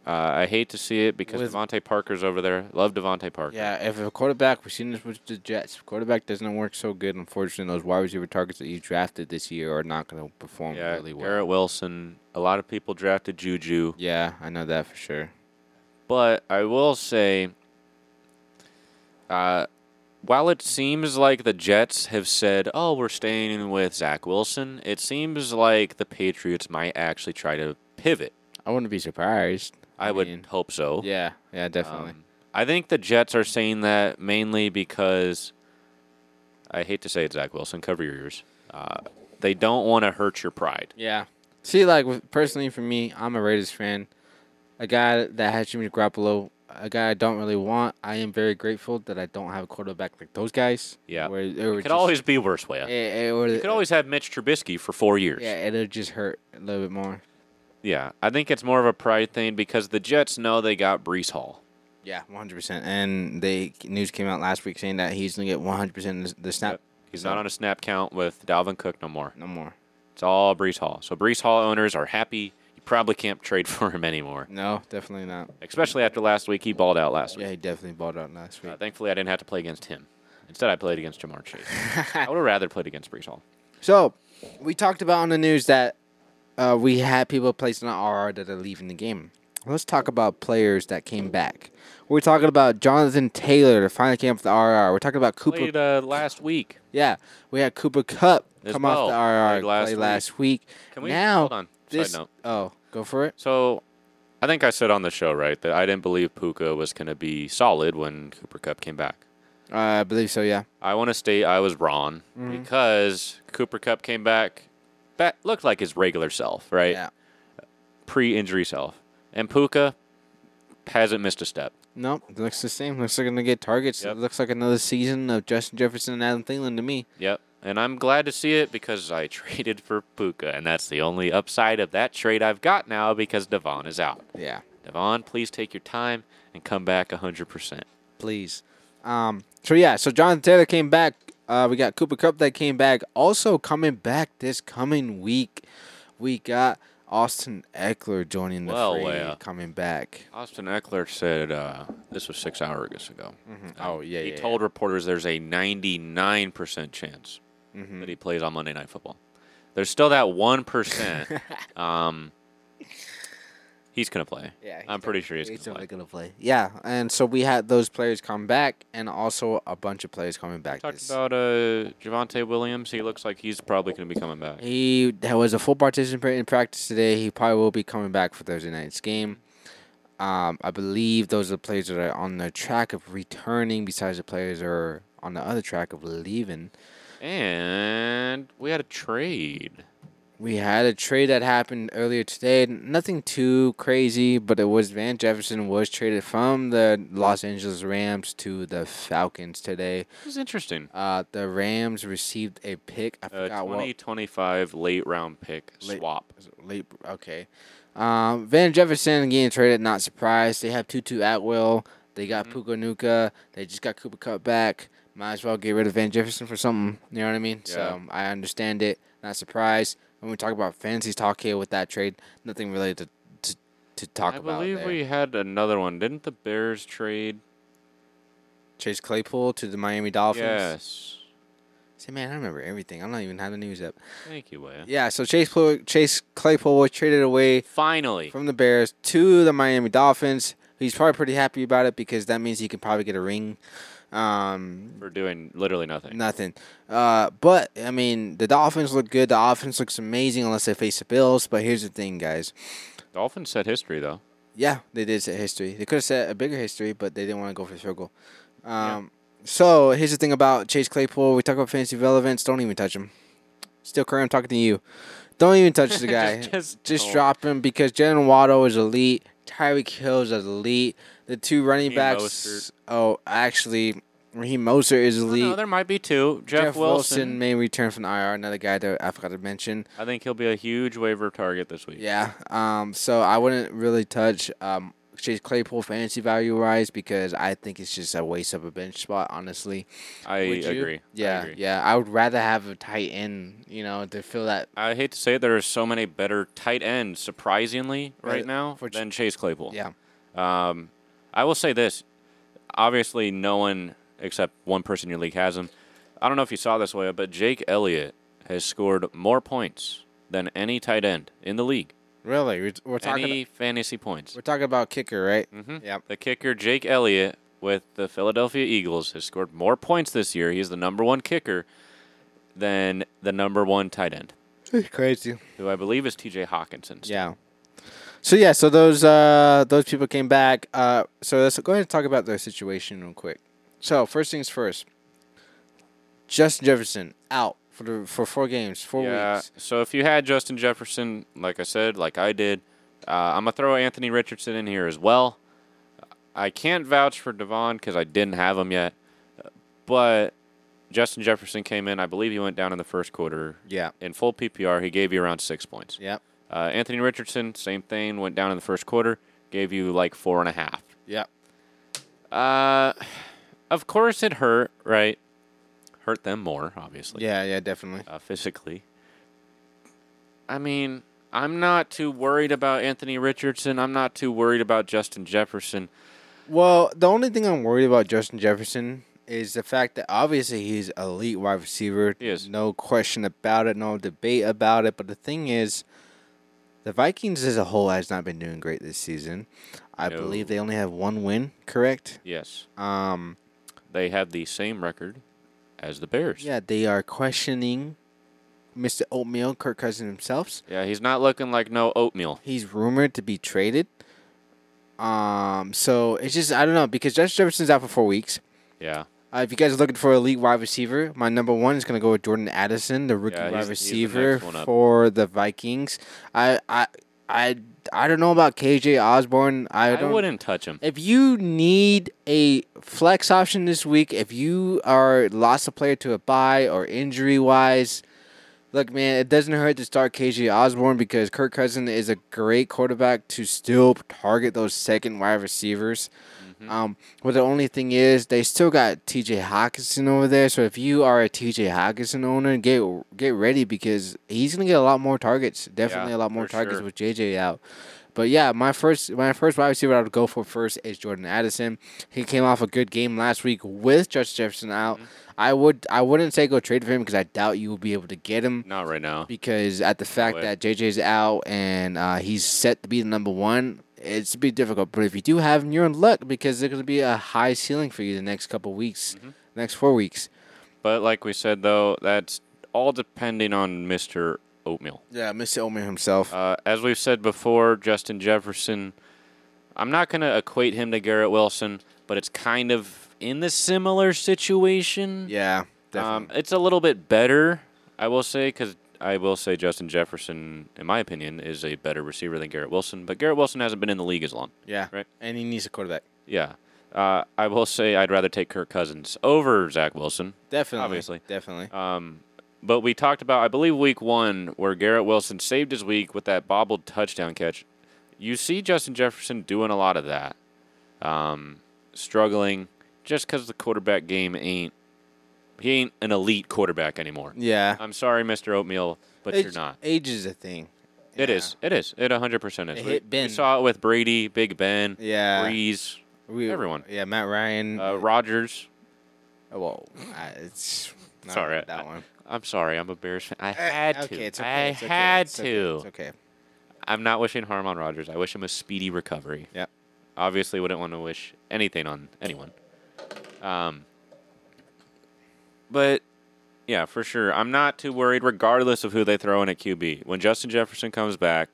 Speaker 1: Uh, I hate to see it because
Speaker 2: With-
Speaker 1: Devontae Parker's over there. Love Devontae Parker.
Speaker 2: Yeah, if a quarterback, we've seen this with the Jets. If quarterback doesn't work so good, unfortunately, those wide receiver targets that you drafted this year are not going to perform
Speaker 1: Yeah,
Speaker 2: really well.
Speaker 1: Garrett Wilson. A lot of people drafted Juju,
Speaker 2: Yeah, I know that for sure.
Speaker 1: but I will say, uh, while it seems like the Jets have said, "Oh, we're staying with Zach Wilson," it seems like the Patriots might actually try to pivot.
Speaker 2: I wouldn't be surprised.
Speaker 1: I, would
Speaker 2: mean,
Speaker 1: hope so.
Speaker 2: Yeah, yeah, definitely.
Speaker 1: Um, I think the Jets are saying that mainly because I hate to say it, Zach Wilson, cover your ears. Uh, they don't want to hurt your pride.
Speaker 2: yeah. See, like with, personally for me, I'm a Raiders fan. A guy that has Jimmy Garoppolo, a guy I don't really want. I am very grateful that I don't have a quarterback like those guys.
Speaker 1: Yeah.
Speaker 2: where it
Speaker 1: It could always be worse, way.
Speaker 2: It,
Speaker 1: You
Speaker 2: it would-
Speaker 1: could always have Mitch Trubisky for four years.
Speaker 2: yeah, it'll just hurt a little bit more.
Speaker 1: Yeah, I think it's more of a pride thing because the Jets know they got Brees Hall.
Speaker 2: Yeah, 100%. And the news came out last week saying that he's going to get 100% of the snap.
Speaker 1: He's
Speaker 2: So-
Speaker 1: not on a snap count with Dalvin Cook no more.
Speaker 2: No more.
Speaker 1: It's all Brees Hall. So Brees Hall owners are happy. You probably can't trade [laughs] for him anymore,
Speaker 2: No, definitely not.
Speaker 1: especially after last week. He balled out last week.
Speaker 2: Yeah, he definitely balled out last week.
Speaker 1: Uh, thankfully, I didn't have to play against him. Instead, I played against Jamar Chase. I would have rather played against Brees Hall.
Speaker 2: So, we talked about on the news that uh, we had people placed in the RR that are leaving the game. Let's talk about players that came back. We're talking about Jonathan Taylor that finally came off the RR. We're talking about Cooper.
Speaker 1: Played uh, last week.
Speaker 2: Yeah, we had Cooper Cup
Speaker 1: As
Speaker 2: come
Speaker 1: well.
Speaker 2: off the RR
Speaker 1: Played last
Speaker 2: play
Speaker 1: week.
Speaker 2: last week.
Speaker 1: Can we-
Speaker 2: now,
Speaker 1: hold on. Side
Speaker 2: This,
Speaker 1: note.
Speaker 2: Oh, go for it.
Speaker 1: So, I think I said on the show right that I didn't believe Puka was going to be solid when Cooper Cup came back.
Speaker 2: Uh, I believe so, yeah.
Speaker 1: I want to state I was wrong because Cooper Cup came back, that looked like his regular self, right?
Speaker 2: Yeah.
Speaker 1: Pre-injury self, and Puka hasn't missed a step.
Speaker 2: Nope, it looks the same. Looks like gonna get targets.
Speaker 1: Yep.
Speaker 2: It looks like another season of Justin Jefferson and Adam Thielen to me.
Speaker 1: Yep. And I'm glad to see it because I [laughs] traded for Puka, and that's the only upside of that trade I've got now because Devon is out.
Speaker 2: Yeah,
Speaker 1: Devon, please take your time and come back 100%.
Speaker 2: please. Um. So yeah, so Jonathan Taylor came back. Uh, we got Cooper Cup that came back. Also coming back this coming week, we got Austin Eckler joining the
Speaker 1: Well,
Speaker 2: fray,
Speaker 1: yeah.
Speaker 2: coming back.
Speaker 1: Austin Eckler said uh, this was six hours ago.
Speaker 2: Oh yeah,
Speaker 1: Mm, he
Speaker 2: yeah,
Speaker 1: told reporters there's a 99% chance
Speaker 2: yeah. Mhm.
Speaker 1: that he plays on Monday Night Football. There's still that [laughs] 1%. um, he's going to play.
Speaker 2: Yeah, he's
Speaker 1: I'm pretty sure he's
Speaker 2: He's
Speaker 1: going to
Speaker 2: definitely
Speaker 1: play.
Speaker 2: gonna play. Yeah, and so we had those players come back, and also a bunch of players coming back.
Speaker 1: Talked
Speaker 2: this-
Speaker 1: about uh, Javante Williams. He looks like he's probably going to be coming back.
Speaker 2: He there was a full participant in practice today. He probably will be coming back for Thursday night's game. Um, I believe those are the players that are on the track of returning, besides the players that are on the other track of leaving.
Speaker 1: And we had a trade.
Speaker 2: We had a trade that happened earlier today. Nothing too crazy, but it was Van Jefferson was traded from the Los Angeles Rams to the Falcons today.
Speaker 1: This is interesting.
Speaker 2: Uh, the Rams received a pick. I
Speaker 1: A
Speaker 2: forgot what
Speaker 1: 2025 late round pick
Speaker 2: Late-
Speaker 1: swap.
Speaker 2: Is it Late, okay. Um, Van Jefferson getting traded, not surprised. They have Tutu Atwell. They got
Speaker 1: Mm-hmm.
Speaker 2: Puka Nuka. They just got Cooper Cup back. Might as well get rid of Van Jefferson for something. You know what I mean? So I understand it. Not surprised. When we talk about fantasy talk here with that trade, nothing related to to, to talk
Speaker 1: I
Speaker 2: about.
Speaker 1: believe
Speaker 2: there.
Speaker 1: we had another one. Didn't the Bears trade?
Speaker 2: Chase Claypool to the Miami Dolphins.
Speaker 1: Yes.
Speaker 2: Say, man, I remember everything. I'm not even having the news up.
Speaker 1: Thank you, Waya.
Speaker 2: Yeah, so Chase Plo- Chase Claypool was traded away
Speaker 1: Finally.
Speaker 2: from the Bears to the Miami Dolphins. He's probably pretty happy about it because that means he can probably get a ring. Um,
Speaker 1: We're doing literally nothing.
Speaker 2: nothing. Uh, but I mean, the Dolphins look good. The offense looks amazing unless they face the Bills. But here's the thing, guys.
Speaker 1: Dolphins set history, though.
Speaker 2: Yeah, they did set history. They could have set a bigger history, but they didn't want to go for the field goal. Um, So here's the thing about Chase Claypool. We talk about fantasy relevance. Don't even touch him. Still, Curry, I'm talking to you. Don't even touch
Speaker 1: [laughs]
Speaker 2: the guy.
Speaker 1: Just- just don't.
Speaker 2: drop him because Jalen Waddle is elite. Tyreek Hill is elite. The two running
Speaker 1: Raheem
Speaker 2: backs.
Speaker 1: Mostert.
Speaker 2: Oh, actually, Raheem Moser is
Speaker 1: Oh,
Speaker 2: elite.
Speaker 1: no, there might be two. Jeff, Wilson.
Speaker 2: may return from IR. Another guy that I forgot to mention.
Speaker 1: I think he'll be a huge waiver target this week.
Speaker 2: Yeah. Um. So I wouldn't really touch um Chase Claypool fantasy value wise because I think it's just a waste of a bench spot. Honestly.
Speaker 1: I
Speaker 2: Would you?
Speaker 1: agree. I
Speaker 2: Yeah.
Speaker 1: agree.
Speaker 2: Yeah. I would rather have a tight end. You know, to fill that.
Speaker 1: I hate to say it, there are so many better tight ends, surprisingly, right
Speaker 2: Uh,
Speaker 1: now
Speaker 2: for Ch-
Speaker 1: than Chase Claypool.
Speaker 2: Yeah.
Speaker 1: Um, I will say this. Obviously, no one except one person in your league has him. I don't know if you saw this, way, but Jake Elliott has scored more points than any tight end in the league.
Speaker 2: Really. We're, we're talking.
Speaker 1: Any fantasy points.
Speaker 2: we're talking about kicker, right?
Speaker 1: Mm-hmm.
Speaker 2: Yep.
Speaker 1: The kicker, Jake Elliott, with the Philadelphia Eagles, has scored more points this year. He's the number one kicker than the number one tight end,
Speaker 2: Crazy.
Speaker 1: who I believe is TJ Hawkinson.
Speaker 2: Yeah. So yeah, so those uh those people came back. Uh, so let's go ahead and talk about their situation real quick. So first things first, Justin Jefferson out for the for four games, four
Speaker 1: Yeah,
Speaker 2: weeks.
Speaker 1: So if you had Justin Jefferson, like I said, like I did, uh, I'm gonna throw Anthony Richardson in here as well. I can't vouch for Devon because I didn't have him yet, but Justin Jefferson came in. I believe he went down in the first quarter.
Speaker 2: Yeah.
Speaker 1: In full PPR, he gave you around six points.
Speaker 2: Yep.
Speaker 1: Uh, Anthony Richardson, same thing, went down in the first quarter, gave you like four and a half.
Speaker 2: Yep.
Speaker 1: Uh, of course it hurt, right? Hurt them more, obviously
Speaker 2: Yeah. Yeah. Definitely.
Speaker 1: uh, physically. I mean, I'm not too worried about Anthony Richardson. I'm not too worried about Justin Jefferson.
Speaker 2: Well, the only thing I'm worried about Justin Jefferson is the fact that obviously he's elite wide receiver.
Speaker 1: He is.
Speaker 2: No question about it. No debate about it. But the thing is, the Vikings as a whole has not been doing great this season. I
Speaker 1: No.
Speaker 2: believe they only have one win. Correct.
Speaker 1: Yes,
Speaker 2: Um.
Speaker 1: they have the same record as the Bears.
Speaker 2: Yeah, they are questioning Mr. Oatmeal, Kirk Cousins himself.
Speaker 1: Yeah, he's not looking like no oatmeal.
Speaker 2: He's rumored to be traded. Um. So it's just I don't know because Justin Jefferson's out for four weeks.
Speaker 1: Yeah,
Speaker 2: Uh, if you guys are looking for elite wide receiver, my number one is going to go with Jordan Addison, the rookie
Speaker 1: Yeah, he's-
Speaker 2: wide
Speaker 1: he's the
Speaker 2: receiver
Speaker 1: next one up.
Speaker 2: for the Vikings. I, I, I, I don't know about KJ Osborne. I
Speaker 1: I,
Speaker 2: don't.
Speaker 1: wouldn't touch him.
Speaker 2: If you need a flex option this week, if you are lost a player to a buy or injury wise, look, man, it doesn't hurt to start KJ Osborne because Kirk Cousins is a great quarterback to still target those second wide receivers.
Speaker 1: Mm-hmm.
Speaker 2: Um, but the only thing is, they still got T.J. Hawkinson over there. So if you are a T.J. Hawkinson owner, get get ready because he's gonna get a lot more targets. Definitely
Speaker 1: Yeah,
Speaker 2: a lot more
Speaker 1: for
Speaker 2: targets
Speaker 1: sure.
Speaker 2: with J.J. out. But yeah, my first my first wide receiver I would go for first is Jordan Addison. He came off a good game last week with Josh Jefferson out.
Speaker 1: Mm-hmm.
Speaker 2: I would I wouldn't say go trade for him because I doubt you will be able to get him
Speaker 1: Not right now.
Speaker 2: because at the fact
Speaker 1: way.
Speaker 2: that JJ's out and uh, he's set to be the number one, it's be difficult. But if you do have him, you're in luck because there's going to be a high ceiling for you the next couple weeks,
Speaker 1: Mm-hmm.
Speaker 2: next four weeks.
Speaker 1: But like we said though, that's all depending on Mr. Oatmeal.
Speaker 2: Yeah, Mr. Omer himself.
Speaker 1: Uh, as we've said before, Justin Jefferson, I'm not going to equate him to Garrett Wilson, but it's kind of in the similar situation.
Speaker 2: yeah,
Speaker 1: Um,
Speaker 2: definitely.
Speaker 1: it's a little bit better, I will say, because I will say Justin Jefferson, in my opinion, is a better receiver than Garrett Wilson. But Garrett Wilson hasn't been in the league as long.
Speaker 2: yeah,
Speaker 1: right.
Speaker 2: And he needs a quarterback.
Speaker 1: Yeah. Uh, I will say I'd rather take Kirk Cousins over Zach Wilson.
Speaker 2: Definitely.
Speaker 1: Obviously. Um,
Speaker 2: Definitely.
Speaker 1: But we talked about, I believe, week one where Garrett Wilson saved his week with that bobbled touchdown catch. You see Justin Jefferson doing a lot of that, um, struggling just because the quarterback game ain't. He ain't an elite quarterback anymore.
Speaker 2: yeah.
Speaker 1: I'm sorry, Mr. Oatmeal, but
Speaker 2: Age-
Speaker 1: you're not.
Speaker 2: Age is a thing.
Speaker 1: It is. It is. It 100% is.
Speaker 2: It
Speaker 1: we,
Speaker 2: hit Ben.
Speaker 1: we saw it with Brady, Big Ben,
Speaker 2: Yeah.
Speaker 1: Breeze,
Speaker 2: We,
Speaker 1: Everyone.
Speaker 2: Yeah, Matt Ryan.
Speaker 1: uh, Rogers.
Speaker 2: oh, well, I, it's not
Speaker 1: all right.
Speaker 2: that one.
Speaker 1: I'm sorry, I'm a Bears fan. I had to.
Speaker 2: Eh, Okay, it's okay.
Speaker 1: I
Speaker 2: it's okay,
Speaker 1: had
Speaker 2: it's
Speaker 1: to.
Speaker 2: okay, It's okay.
Speaker 1: I'm not wishing harm on Rogers. I wish him a speedy recovery.
Speaker 2: Yeah.
Speaker 1: Obviously, wouldn't want to wish anything on anyone. Um, but yeah, for sure, I'm not too worried, regardless of who they throw in at QB. When Justin Jefferson comes back,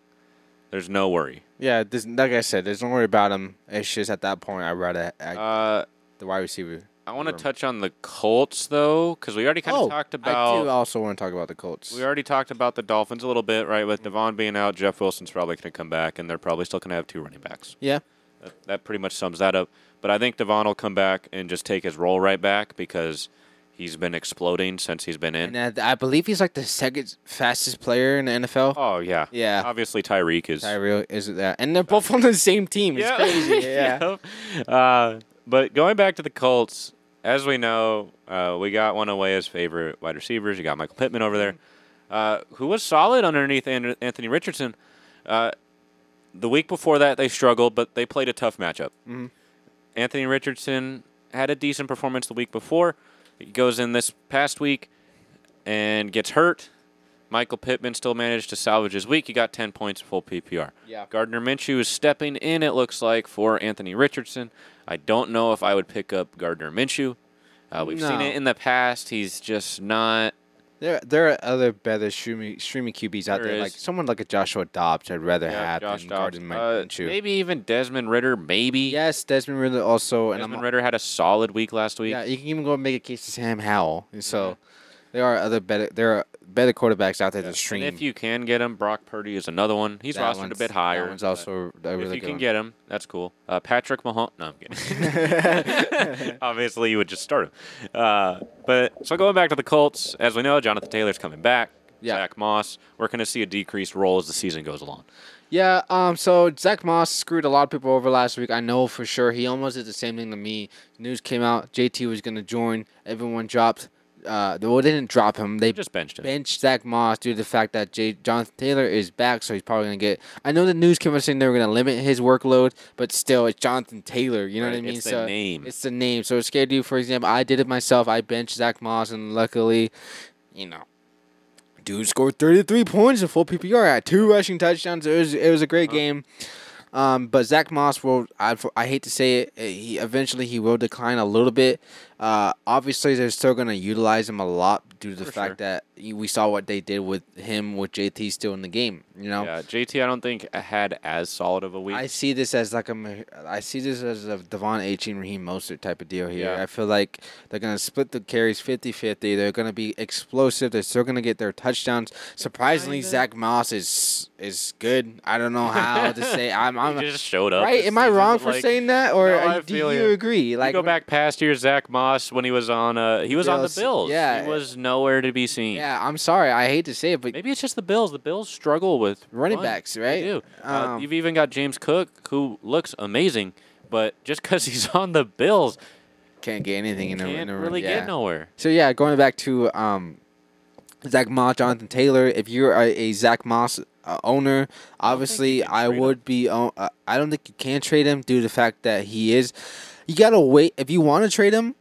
Speaker 1: there's no worry.
Speaker 2: Yeah, this, like I said, there's no worry about him. It's just at that point, I'd rather act
Speaker 1: Uh,
Speaker 2: the wide receiver.
Speaker 1: I want to
Speaker 2: Room.
Speaker 1: touch on the Colts though, because we already
Speaker 2: Oh,
Speaker 1: kind of talked
Speaker 2: I do
Speaker 1: about
Speaker 2: also want to talk about the Colts.
Speaker 1: we already talked about the Dolphins a little bit, right? With Devon being out, Jeff Wilson's probably going to come back, and they're probably still going to have two running backs.
Speaker 2: yeah,
Speaker 1: That, that pretty much sums that up. But I think Devon will come back and just take his role right back because he's been exploding since he's been in.
Speaker 2: and I, I believe he's like the second fastest player in the NFL.
Speaker 1: Oh yeah,
Speaker 2: Yeah.
Speaker 1: Obviously Tyreek is.
Speaker 2: Tyrell is it that, and they're both on the same team. It's
Speaker 1: [laughs]
Speaker 2: crazy. Yeah,
Speaker 1: Yep. Uh, but going back to the Colts, as we know, uh, we got one away as favorite wide receivers. You got Michael Pittman over there, uh, who was solid underneath An- Anthony Richardson. Uh, the week before that, they struggled, but they played a tough matchup. Anthony Richardson had a decent performance the week before. He goes in this past week and gets hurt. Michael Pittman still managed to salvage his week. He got 10 points full PPR.
Speaker 2: Yeah.
Speaker 1: Gardner Minshew is stepping in, it looks like, for Anthony Richardson. I don't know if I would pick up Gardner Minshew. Uh, we've seen
Speaker 2: No.
Speaker 1: it in the past. He's just not.
Speaker 2: there there are other better streaming streaming QBs out
Speaker 1: There
Speaker 2: there,
Speaker 1: is.
Speaker 2: like someone like a Joshua Dobbs. I'd rather
Speaker 1: Yeah,
Speaker 2: have
Speaker 1: Josh
Speaker 2: than
Speaker 1: Dobbs.
Speaker 2: Gardner
Speaker 1: Uh,
Speaker 2: Minshew.
Speaker 1: maybe even Desmond Ritter. Maybe.
Speaker 2: Yes, Desmond Ritter also, and
Speaker 1: Desmond
Speaker 2: I'm
Speaker 1: Ritter had a solid week last week.
Speaker 2: Yeah, you can even go and make a case to Sam Howell. And so there are other better there are better quarterbacks out there to stream.
Speaker 1: And if you can get him, Brock Purdy is another one. He's
Speaker 2: That
Speaker 1: rostered a
Speaker 2: one's-
Speaker 1: bit higher.
Speaker 2: That one's
Speaker 1: but
Speaker 2: also a
Speaker 1: if
Speaker 2: really
Speaker 1: you
Speaker 2: good
Speaker 1: can
Speaker 2: one.
Speaker 1: get him, that's cool. Uh, Patrick Mahomes. No, I'm kidding.
Speaker 2: [laughs]
Speaker 1: [laughs] Obviously, you would just start him. Uh, but so going back to the Colts, as we know, Jonathan Taylor's coming back.
Speaker 2: Yeah.
Speaker 1: Zach Moss. We're going to see a decreased role as the season goes along.
Speaker 2: Yeah, um, so Zach Moss screwed a lot of people over last week. I know for sure. He almost did the same thing to me. News came out, JT was gonna join. Everyone dropped. Uh, well, they didn't drop him. They
Speaker 1: Just benched him.
Speaker 2: Bench Zach Moss due to the fact that J- Jonathan Taylor is back, so he's probably gonna get. I know the news came out saying they were gonna limit his workload, but still, it's Jonathan Taylor. You know what I
Speaker 1: Right,
Speaker 2: mean?
Speaker 1: it's the
Speaker 2: so
Speaker 1: name.
Speaker 2: It's the name. So it scared you. For example, I did it myself. I benched Zach Moss, and luckily, you know, dude scored 33 points in full PPR. Had two rushing touchdowns. It was it was a great game. Um, but Zach Moss will. I, I hate to say it. eh, He eventually he will decline a little bit. Uh, obviously they're still gonna utilize him a lot due to the
Speaker 1: For
Speaker 2: fact
Speaker 1: sure.
Speaker 2: that we saw what they did with him with JT still in the game. You know,
Speaker 1: Yeah, JT, I don't think had as solid of a week.
Speaker 2: I see this as like a, Ma- I see this as a Devon Achane, Raheem Mostert type of deal here.
Speaker 1: Yeah.
Speaker 2: I feel like they're gonna split the carries 50-50. They're gonna be explosive. They're still gonna get their touchdowns. Surprisingly,
Speaker 1: Kinda.
Speaker 2: Zach Moss is is good. I don't know
Speaker 1: [laughs]
Speaker 2: how to say. I'm,
Speaker 1: he
Speaker 2: I'm
Speaker 1: just showed up.
Speaker 2: right.
Speaker 1: this
Speaker 2: Am I
Speaker 1: season,
Speaker 2: wrong
Speaker 1: but,
Speaker 2: for
Speaker 1: like,
Speaker 2: saying that, or
Speaker 1: No,
Speaker 2: uh,
Speaker 1: I
Speaker 2: do
Speaker 1: feel
Speaker 2: you
Speaker 1: you.
Speaker 2: agree? Like
Speaker 1: you go back past year, Zach Moss when he was on uh he was on the
Speaker 2: Bills,
Speaker 1: Bills.
Speaker 2: yeah.
Speaker 1: he was nowhere to be seen.
Speaker 2: Yeah, I'm sorry. I hate to say it, but
Speaker 1: Maybe it's just the Bills. The Bills struggle with
Speaker 2: Running
Speaker 1: run.
Speaker 2: backs, right?
Speaker 1: They do. uh,
Speaker 2: Um,
Speaker 1: you've even got James Cook, who looks amazing, But just because [laughs] he's on the Bills,
Speaker 2: Can't get anything in the, in
Speaker 1: can't
Speaker 2: the room.
Speaker 1: really
Speaker 2: yeah.
Speaker 1: get nowhere.
Speaker 2: So yeah, going back to um, Zach Moss, Jonathan Taylor. If you're a, a Zach Moss uh, owner, obviously
Speaker 1: can
Speaker 2: I
Speaker 1: trade
Speaker 2: would be. o- uh, I don't think you can trade him due to the fact that he is. You gotta wait if you want to trade him.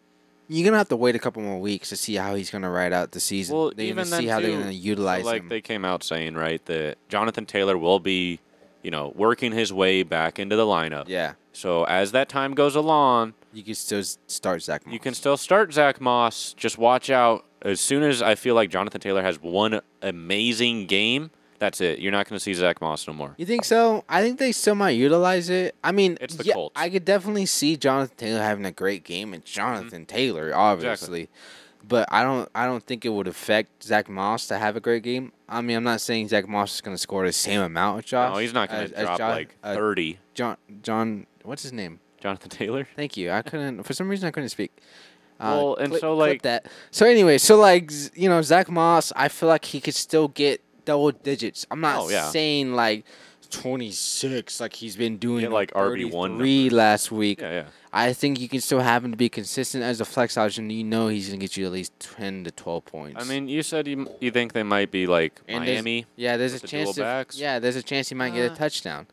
Speaker 2: You're gonna have to wait a couple more weeks to see how he's gonna ride out the season.
Speaker 1: Well,
Speaker 2: they're
Speaker 1: even
Speaker 2: gonna
Speaker 1: then
Speaker 2: see how
Speaker 1: too,
Speaker 2: they're gonna utilize
Speaker 1: like
Speaker 2: him.
Speaker 1: they came out saying right that Jonathan Taylor will be, you know, working his way back into the lineup.
Speaker 2: yeah,
Speaker 1: So as that time goes along,
Speaker 2: you can still s- start Zach Moss.
Speaker 1: you can still start Zach Moss. Just watch out. As soon as I feel like Jonathan Taylor has one amazing game, that's it. You're not going to see Zach Moss no more.
Speaker 2: You think so? I think they still might utilize it. I mean,
Speaker 1: It's the
Speaker 2: yeah,
Speaker 1: Colts. Mm-hmm.
Speaker 2: I could definitely see Jonathan Taylor having a great game, and Jonathan Taylor, obviously. But I don't, I don't think it would affect Zach Moss to have a great game. I mean, I'm not saying Zach Moss is going to score the same amount with Josh.
Speaker 1: No, he's not going
Speaker 2: as-
Speaker 1: to
Speaker 2: as
Speaker 1: drop
Speaker 2: Jo-
Speaker 1: like
Speaker 2: uh,
Speaker 1: 30.
Speaker 2: John, John, what's his name?
Speaker 1: Jonathan Taylor.
Speaker 2: Thank you. I couldn't for some reason I couldn't speak.
Speaker 1: Well, and
Speaker 2: clip-
Speaker 1: so,
Speaker 2: clip
Speaker 1: like-
Speaker 2: that. So anyway, so like z- you know Zach Moss, I feel like he could still get double digits. I'm not
Speaker 1: Oh, yeah.
Speaker 2: saying like 26 like he's been doing
Speaker 1: Get, like, RB1
Speaker 2: three last
Speaker 1: [laughs]
Speaker 2: week.
Speaker 1: Yeah, yeah.
Speaker 2: I think you can still have him to be consistent as a flex option. You know he's gonna get you at least 10 to 12 points.
Speaker 1: I mean, you said you, you think they might be like
Speaker 2: And there's-
Speaker 1: Miami.
Speaker 2: Yeah, there's a
Speaker 1: the
Speaker 2: chance.
Speaker 1: dual
Speaker 2: if-
Speaker 1: backs?
Speaker 2: yeah, there's a chance he might get a
Speaker 1: Uh,
Speaker 2: touchdown.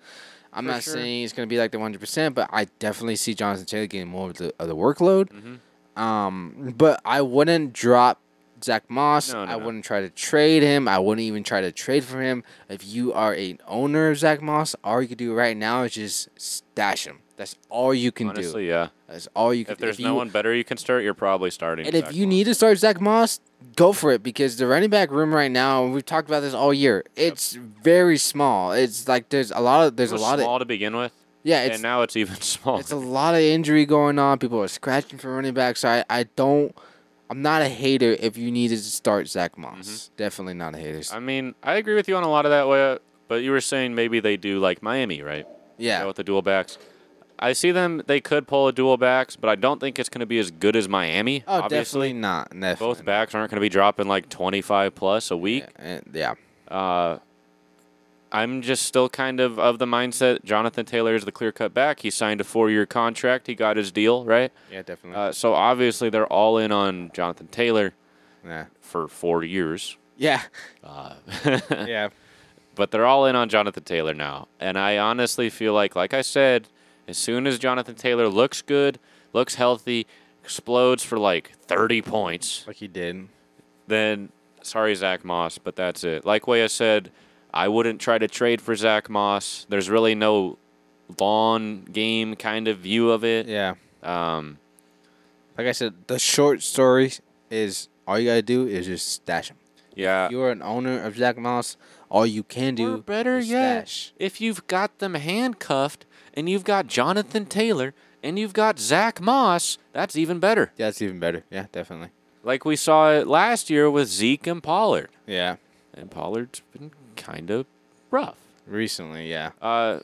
Speaker 2: I'm
Speaker 1: for
Speaker 2: not
Speaker 1: sure.
Speaker 2: saying it's gonna be like the 100, percent but I definitely see Jonathan Taylor getting more of the, of the workload.
Speaker 1: Mm-hmm.
Speaker 2: Um, but I wouldn't drop Zach Moss.
Speaker 1: No, no,
Speaker 2: I
Speaker 1: no.
Speaker 2: wouldn't try to trade him. I wouldn't even try to trade for him. If you are an owner of Zach Moss, all you can do right now is just stash him. That's all you can do.
Speaker 1: Honestly, yeah.
Speaker 2: That's all you can.
Speaker 1: If there's
Speaker 2: you,
Speaker 1: no one better you can start, you're probably starting.
Speaker 2: and if
Speaker 1: Zach
Speaker 2: you
Speaker 1: Moss.
Speaker 2: need to start Zach Moss, go for it because the running back room right now, and we've talked about this all year. It's very small. It's like there's a lot of there's
Speaker 1: it
Speaker 2: a
Speaker 1: was
Speaker 2: lot
Speaker 1: small
Speaker 2: of
Speaker 1: to begin with,
Speaker 2: yeah.
Speaker 1: and
Speaker 2: It's
Speaker 1: now it's even [laughs] smaller.
Speaker 2: it's a lot of injury going on. People are scratching for running back. So I, I don't. I'm not a hater. If you needed to start Zach Moss,
Speaker 1: Mm-hmm.
Speaker 2: definitely not a hater.
Speaker 1: I mean, I agree with you on a lot of that way, but you were saying maybe they do like Miami, right?
Speaker 2: yeah,
Speaker 1: Go with the dual backs. I see them. They could pull a dual backs, but I don't think it's going to be as good as Miami.
Speaker 2: oh,
Speaker 1: obviously,
Speaker 2: definitely not. Definitely.
Speaker 1: both backs aren't going to be dropping like 25 plus a week.
Speaker 2: Yeah, and- yeah.
Speaker 1: Uh, I'm just still kind of of the mindset Jonathan Taylor is the clear cut back. He signed a four year contract. He got his deal, right?
Speaker 2: Yeah, definitely.
Speaker 1: Uh, so obviously they're all in on Jonathan Taylor
Speaker 2: yeah. [laughs]
Speaker 1: for four years.
Speaker 2: Yeah.
Speaker 1: Uh, [laughs]
Speaker 2: yeah.
Speaker 1: but they're all in on Jonathan Taylor now. And I honestly feel like, like I said, as soon as Jonathan Taylor looks good, looks healthy, explodes for like 30 points,
Speaker 2: Like he did.
Speaker 1: then sorry, Zach Moss, but that's it. Like Waya said, I wouldn't try to trade for Zach Moss. There's really no long game kind of view of it.
Speaker 2: Yeah.
Speaker 1: Um,
Speaker 2: Like I said, the short story is all you gotta do is just stash him.
Speaker 1: yeah.
Speaker 2: You're an owner of Zach Moss. All you can do
Speaker 1: Or better
Speaker 2: is
Speaker 1: yet,
Speaker 2: stash.
Speaker 1: if you've got them handcuffed and you've got Jonathan Taylor and you've got Zach Moss, that's even better.
Speaker 2: Yeah, that's even better. Yeah, definitely.
Speaker 1: like we saw it last year with Zeke and Pollard.
Speaker 2: Yeah.
Speaker 1: And Pollard's been kind of rough.
Speaker 2: Recently, yeah.
Speaker 1: Uh,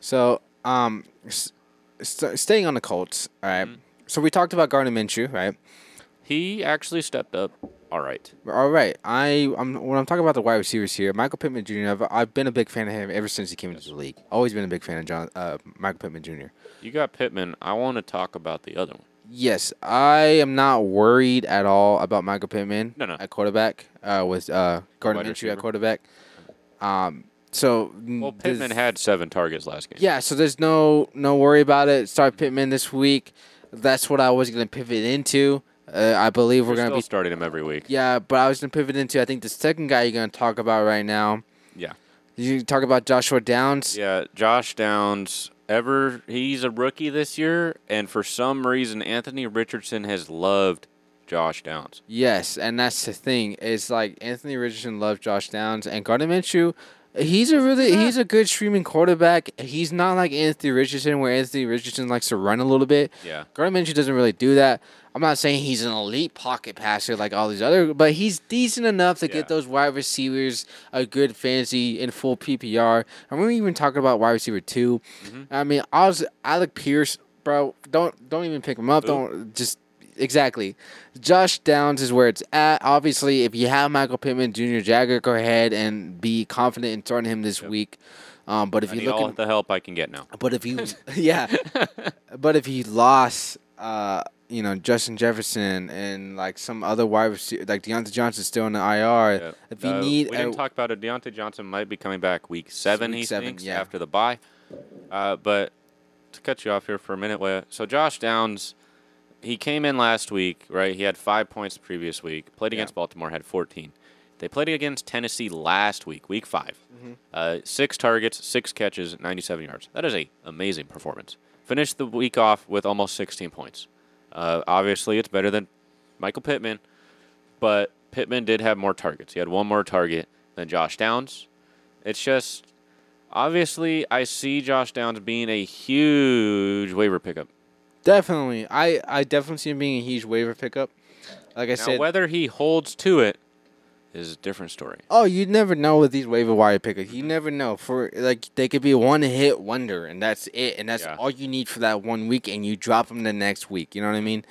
Speaker 2: So, um, s- st- staying on the Colts. All right. So we talked about Gardner Minshew, right?
Speaker 1: he actually stepped up. All right.
Speaker 2: All right. I I'm when I'm talking about the wide receivers here, Michael Pittman Jr. I've, I've been a big fan of him ever since he came into the league. Always been a big fan of John uh, Michael Pittman Jr.
Speaker 1: You got Pittman. I want to talk about the other one.
Speaker 2: Yes, I am not worried at all about Michael Pittman
Speaker 1: No, no.
Speaker 2: at quarterback uh, with uh, Gardner
Speaker 1: Wide
Speaker 2: Minshew at
Speaker 1: receiver.
Speaker 2: quarterback. Um, so n-
Speaker 1: Well,
Speaker 2: there's-
Speaker 1: Pittman had seven targets last game.
Speaker 2: yeah, so there's no no worry about it. Start Pittman this week. That's what I was gonna pivot into. Uh, I believe we're
Speaker 1: We're
Speaker 2: gonna
Speaker 1: still
Speaker 2: be
Speaker 1: starting him every week.
Speaker 2: yeah, but I was gonna pivot into I think the second guy you're gonna talk about right now.
Speaker 1: Yeah.
Speaker 2: You talk about Joshua Downs.
Speaker 1: Yeah. Josh Downs. Ever he's a rookie this year, and for some reason Anthony Richardson has loved Josh Downs.
Speaker 2: Yes, and that's the thing. It's like Anthony Richardson loves Josh Downs and Gardner Minshew. He's a really he's a good streaming quarterback. He's not like Anthony Richardson, where Anthony Richardson likes to run a little bit.
Speaker 1: Yeah.
Speaker 2: Gardner Minshew doesn't really do that. I'm not saying he's an elite pocket passer like all these other, but he's decent enough to
Speaker 1: Yeah.
Speaker 2: get those wide receivers a good fantasy in full PPR. And we even talking about wide receiver 2
Speaker 1: Mm-hmm.
Speaker 2: I mean, I was Alec Pierce, bro. Don't don't even pick him up. Don't just exactly. Josh Downs is where it's at. Obviously, if you have Michael Pittman Jr. Jagger, go ahead and be confident in starting him this week. Um, but if
Speaker 1: I
Speaker 2: you
Speaker 1: need
Speaker 2: look
Speaker 1: all
Speaker 2: at
Speaker 1: the help I can get now.
Speaker 2: But if
Speaker 1: [laughs]
Speaker 2: you, [laughs] yeah, but if you lost, uh, you know, Justin Jefferson and like some other wide receiver, like Deontay Johnson's still in the IR.
Speaker 1: Yeah.
Speaker 2: If you
Speaker 1: Uh,
Speaker 2: need,
Speaker 1: we didn't
Speaker 2: a-
Speaker 1: talk about it. Deontay Johnson might be coming back week seven.
Speaker 2: Week
Speaker 1: he
Speaker 2: seven,
Speaker 1: thinks
Speaker 2: yeah.
Speaker 1: after the bye. Uh, but to cut you off here for a minute, Wes, so Josh Downs, he came in last week, right? He had five points the previous week. Played
Speaker 2: Yeah.
Speaker 1: against Baltimore, had 14. They played against Tennessee last week, week 5
Speaker 2: Mm-hmm.
Speaker 1: Uh, six targets, six catches, 97 yards. That is a amazing performance. Finished the week off with almost 16 points. Uh, obviously, it's better than Michael Pittman, but Pittman did have more targets. He had one more target than Josh Downs. It's just obviously I see Josh Downs being a huge waiver pickup.
Speaker 2: definitely, I, I definitely see him being a huge waiver pickup. Like I
Speaker 1: Now
Speaker 2: said,
Speaker 1: whether he holds to it is a different story.
Speaker 2: oh, you never know with these waiver wire pickups.
Speaker 1: Mm-hmm.
Speaker 2: You never know for like they could be one hit wonder, and that's it, and that's
Speaker 1: Yeah.
Speaker 2: all you need for that one week, and you drop them the next week. You know what I mean?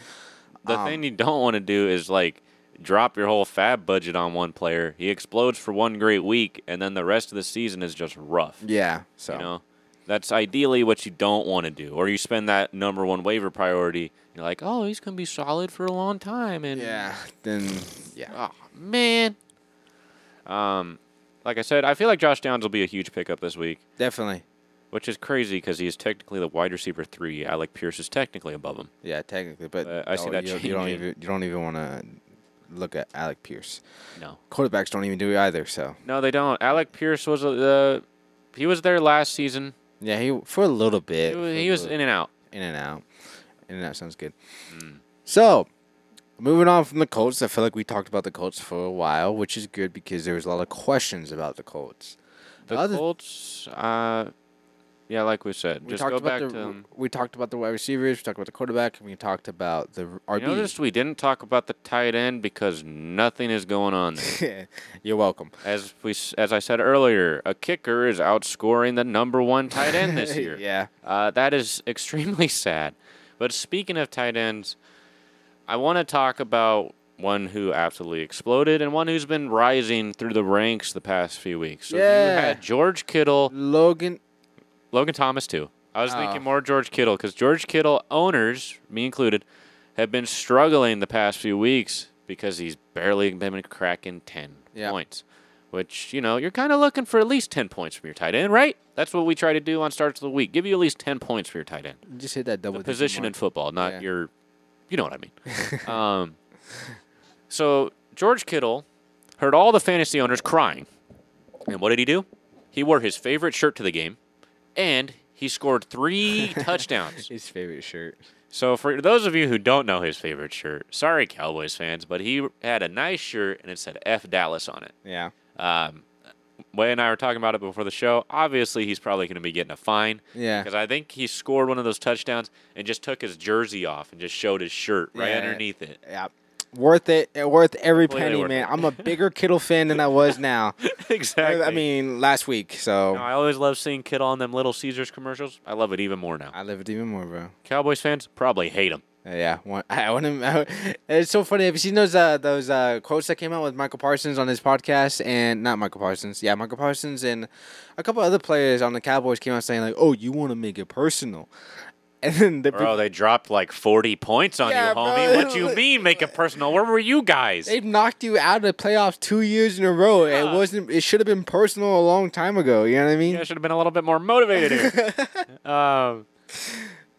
Speaker 1: The
Speaker 2: Um,
Speaker 1: thing you don't want to do is like drop your whole fab budget on one player. He explodes for one great week and then the rest of the season is just rough.
Speaker 2: Yeah. So
Speaker 1: You know, that's ideally what you don't want to do. Or you spend that number one waiver priority. You're like, oh, he's gonna be solid for a long time, and
Speaker 2: yeah, then yeah.
Speaker 1: oh man. Um, like I said, I feel like Josh Downs will be a huge pickup this week,
Speaker 2: Definitely.
Speaker 1: which is crazy because he's technically the wide receiver three. Alec Pierce is technically above him.
Speaker 2: Yeah, technically, but
Speaker 1: Uh, I see
Speaker 2: no,
Speaker 1: that
Speaker 2: you, you don't
Speaker 1: changing.
Speaker 2: even you don't even want to look at Alec Pierce.
Speaker 1: No,
Speaker 2: Quarterbacks don't even do it either. So
Speaker 1: no, they don't. Alec Pierce was uh, he was there last season.
Speaker 2: yeah, he for a little bit.
Speaker 1: He
Speaker 2: for
Speaker 1: was,
Speaker 2: a
Speaker 1: he was
Speaker 2: little-
Speaker 1: in Mm. and out.
Speaker 2: in and out. In and out sounds good. So, moving on from the Colts, I feel like we talked about the Colts for a while, which is good because there was a lot of questions about the Colts.
Speaker 1: The
Speaker 2: Other-
Speaker 1: Colts, uh, yeah, like we said,
Speaker 2: We
Speaker 1: just
Speaker 2: talked
Speaker 1: go
Speaker 2: about
Speaker 1: back
Speaker 2: the
Speaker 1: to them.
Speaker 2: we talked about the wide receivers, we talked about the quarterback, and we talked about the
Speaker 1: You
Speaker 2: RB.
Speaker 1: noticed we didn't talk about the tight end because nothing is going on there.
Speaker 2: [laughs] You're welcome.
Speaker 1: As we, s- as I said earlier, a kicker is outscoring the number one tight end this year.
Speaker 2: [laughs] yeah.
Speaker 1: Uh, that is [laughs] extremely sad. But speaking of tight ends, I want to talk about one who absolutely exploded and one who's been rising through the ranks the past few weeks. So you
Speaker 2: Yeah.
Speaker 1: had George Kittle,
Speaker 2: Logan
Speaker 1: Logan Thomas too. I was
Speaker 2: Oh.
Speaker 1: thinking more George Kittle because George Kittle owners, me included, have been struggling the past few weeks because he's barely been cracking ten
Speaker 2: Yeah.
Speaker 1: points. Which you know you're kind of looking for at least ten points from your tight end, right? That's what we try to do on starts of the week. Give you at least ten points for your tight end
Speaker 2: just hit that double
Speaker 1: the
Speaker 2: digit
Speaker 1: position
Speaker 2: mark.
Speaker 1: in football, not
Speaker 2: Yeah.
Speaker 1: your, you know what I mean. [laughs] um, so George Kittle heard all the fantasy owners crying, and what did he do? He wore his favorite shirt to the game, and he scored three touchdowns.
Speaker 2: His favorite shirt.
Speaker 1: So for those of you who don't know his favorite shirt, sorry Cowboys fans, but he had a nice shirt and it said F Dallas on it.
Speaker 2: Yeah.
Speaker 1: Um, Way and I were talking about it before the show. Obviously, he's probably going to be getting a fine.
Speaker 2: Yeah.
Speaker 1: Because I think he scored one of those touchdowns and just took his jersey off and just showed his shirt right
Speaker 2: Yeah.
Speaker 1: underneath it. [laughs]
Speaker 2: Yeah. Worth it. eh, Worth every
Speaker 1: Completely
Speaker 2: penny,
Speaker 1: worth
Speaker 2: man.
Speaker 1: it.
Speaker 2: I'm
Speaker 1: [laughs]
Speaker 2: a bigger Kittle fan than I was now.
Speaker 1: exactly.
Speaker 2: I mean, last week. So
Speaker 1: No, I always love seeing Kittle on them Little Caesars commercials. I love it even more now.
Speaker 2: I live it even more, bro.
Speaker 1: Cowboys fans probably hate him.
Speaker 2: Uh, Yeah, one, [laughs] I want him. I, it's so funny. Have you seen those uh, those uh, quotes that came out with Michael Parsons on his podcast and not Michael Parsons? Yeah, Michael Parsons and a couple other players on the Cowboys came out saying like, "Oh, you want to make it personal," [laughs] and then the,
Speaker 1: Bro, they dropped like 40 points on
Speaker 2: Yeah,
Speaker 1: you,
Speaker 2: bro.
Speaker 1: homie. What you mean make it personal? Where were you guys?
Speaker 2: They've knocked you out of the playoffs two years in a row. It
Speaker 1: Yeah.
Speaker 2: wasn't. It should have been personal a long time ago. You know what I mean?
Speaker 1: I should have been a little bit more motivated here.
Speaker 2: [laughs]
Speaker 1: um,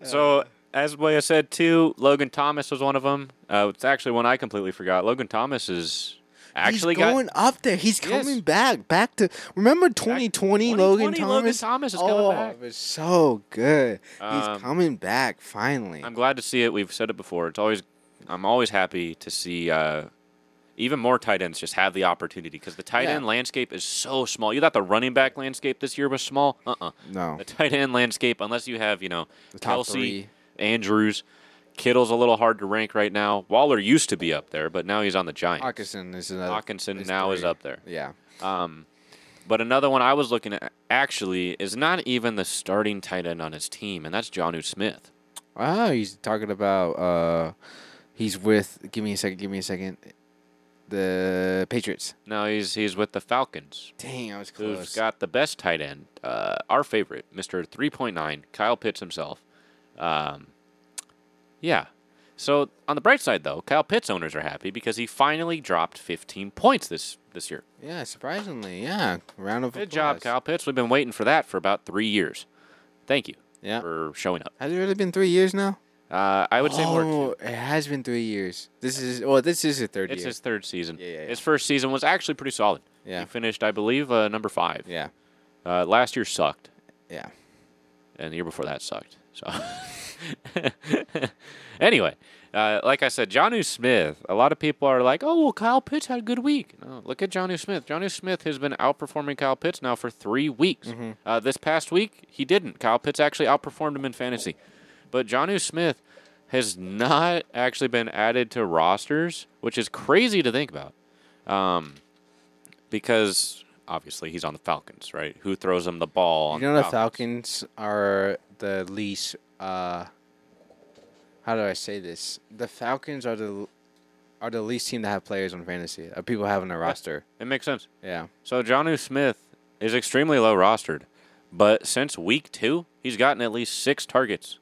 Speaker 1: so, as Boya said, too, Logan Thomas was one of them. Uh, it's actually one I completely forgot. Logan Thomas is actually
Speaker 2: he's
Speaker 1: got
Speaker 2: going up there. He's
Speaker 1: Yes.
Speaker 2: coming back. Back to remember 2020, Logan
Speaker 1: 2020
Speaker 2: Thomas.
Speaker 1: Thomas is coming
Speaker 2: oh,
Speaker 1: back.
Speaker 2: it was so good.
Speaker 1: Um,
Speaker 2: he's coming back finally.
Speaker 1: I'm glad to see it. We've said it before. It's always I'm always happy to see uh, even more tight ends just have the opportunity because the tight
Speaker 2: Yeah.
Speaker 1: end landscape is so small. You thought the running back landscape this year was small? Uh uh
Speaker 2: no,
Speaker 1: The tight end landscape, unless you have you know
Speaker 2: top
Speaker 1: Kelsey,
Speaker 2: three.
Speaker 1: Andrews, Kittle's a little hard to rank right now. Waller used to be up there, but now he's on the Giants.
Speaker 2: Hawkinson uh, is another.
Speaker 1: Hawkinson now is
Speaker 2: three.
Speaker 1: up there.
Speaker 2: Yeah,
Speaker 1: Um, but another one I was looking at actually is not even the starting tight end on his team, and that's Johnu Smith.
Speaker 2: Oh, he's talking about uh he's with give me a second, give me a second. the Patriots.
Speaker 1: No, he's he's with the Falcons,
Speaker 2: Dang, I was
Speaker 1: who's
Speaker 2: close.
Speaker 1: got the best tight end. Uh, our favorite, Mister Three Point Nine, Kyle Pitts himself. Um, yeah. So on the bright side, though, Kyle Pitts owners are happy because he finally dropped 15 points this this year.
Speaker 2: yeah, surprisingly, yeah. Round of
Speaker 1: Good job,
Speaker 2: applause.
Speaker 1: Kyle Pitts. We've been waiting for that for about three years. Thank you
Speaker 2: Yeah.
Speaker 1: for showing up.
Speaker 2: Has it really been three years now?
Speaker 1: Uh, I would say more. two.
Speaker 2: Oh, it has been three years. This is well, this is the third
Speaker 1: It's
Speaker 2: year.
Speaker 1: his third season.
Speaker 2: Yeah, yeah, yeah.
Speaker 1: His first season was actually pretty solid.
Speaker 2: Yeah.
Speaker 1: He finished, I believe, uh, number five.
Speaker 2: yeah,
Speaker 1: Uh, last year sucked,
Speaker 2: yeah.
Speaker 1: and the year before that sucked. So, [laughs] anyway, uh, like I said, Johnu Smith. A lot of people are like, "Oh, well, Kyle Pitts had a good week." No, look at Johnu Smith. Johnu Smith has been outperforming Kyle Pitts now for three weeks.
Speaker 2: Mm-hmm.
Speaker 1: Uh, this past week, he didn't. Kyle Pitts actually outperformed him in fantasy, but Johnu Smith has not actually been added to rosters, which is crazy to think about. Um, because obviously he's on the Falcons, right? Who throws him the ball? On
Speaker 2: You know the
Speaker 1: Falcons?
Speaker 2: Falcons are the least. Uh, how do I say this? The Falcons are the are the least team to have players on fantasy. Of people having a roster.
Speaker 1: It makes sense.
Speaker 2: Yeah.
Speaker 1: So Johnu Smith is extremely low rostered, but since week two, he's gotten at least six targets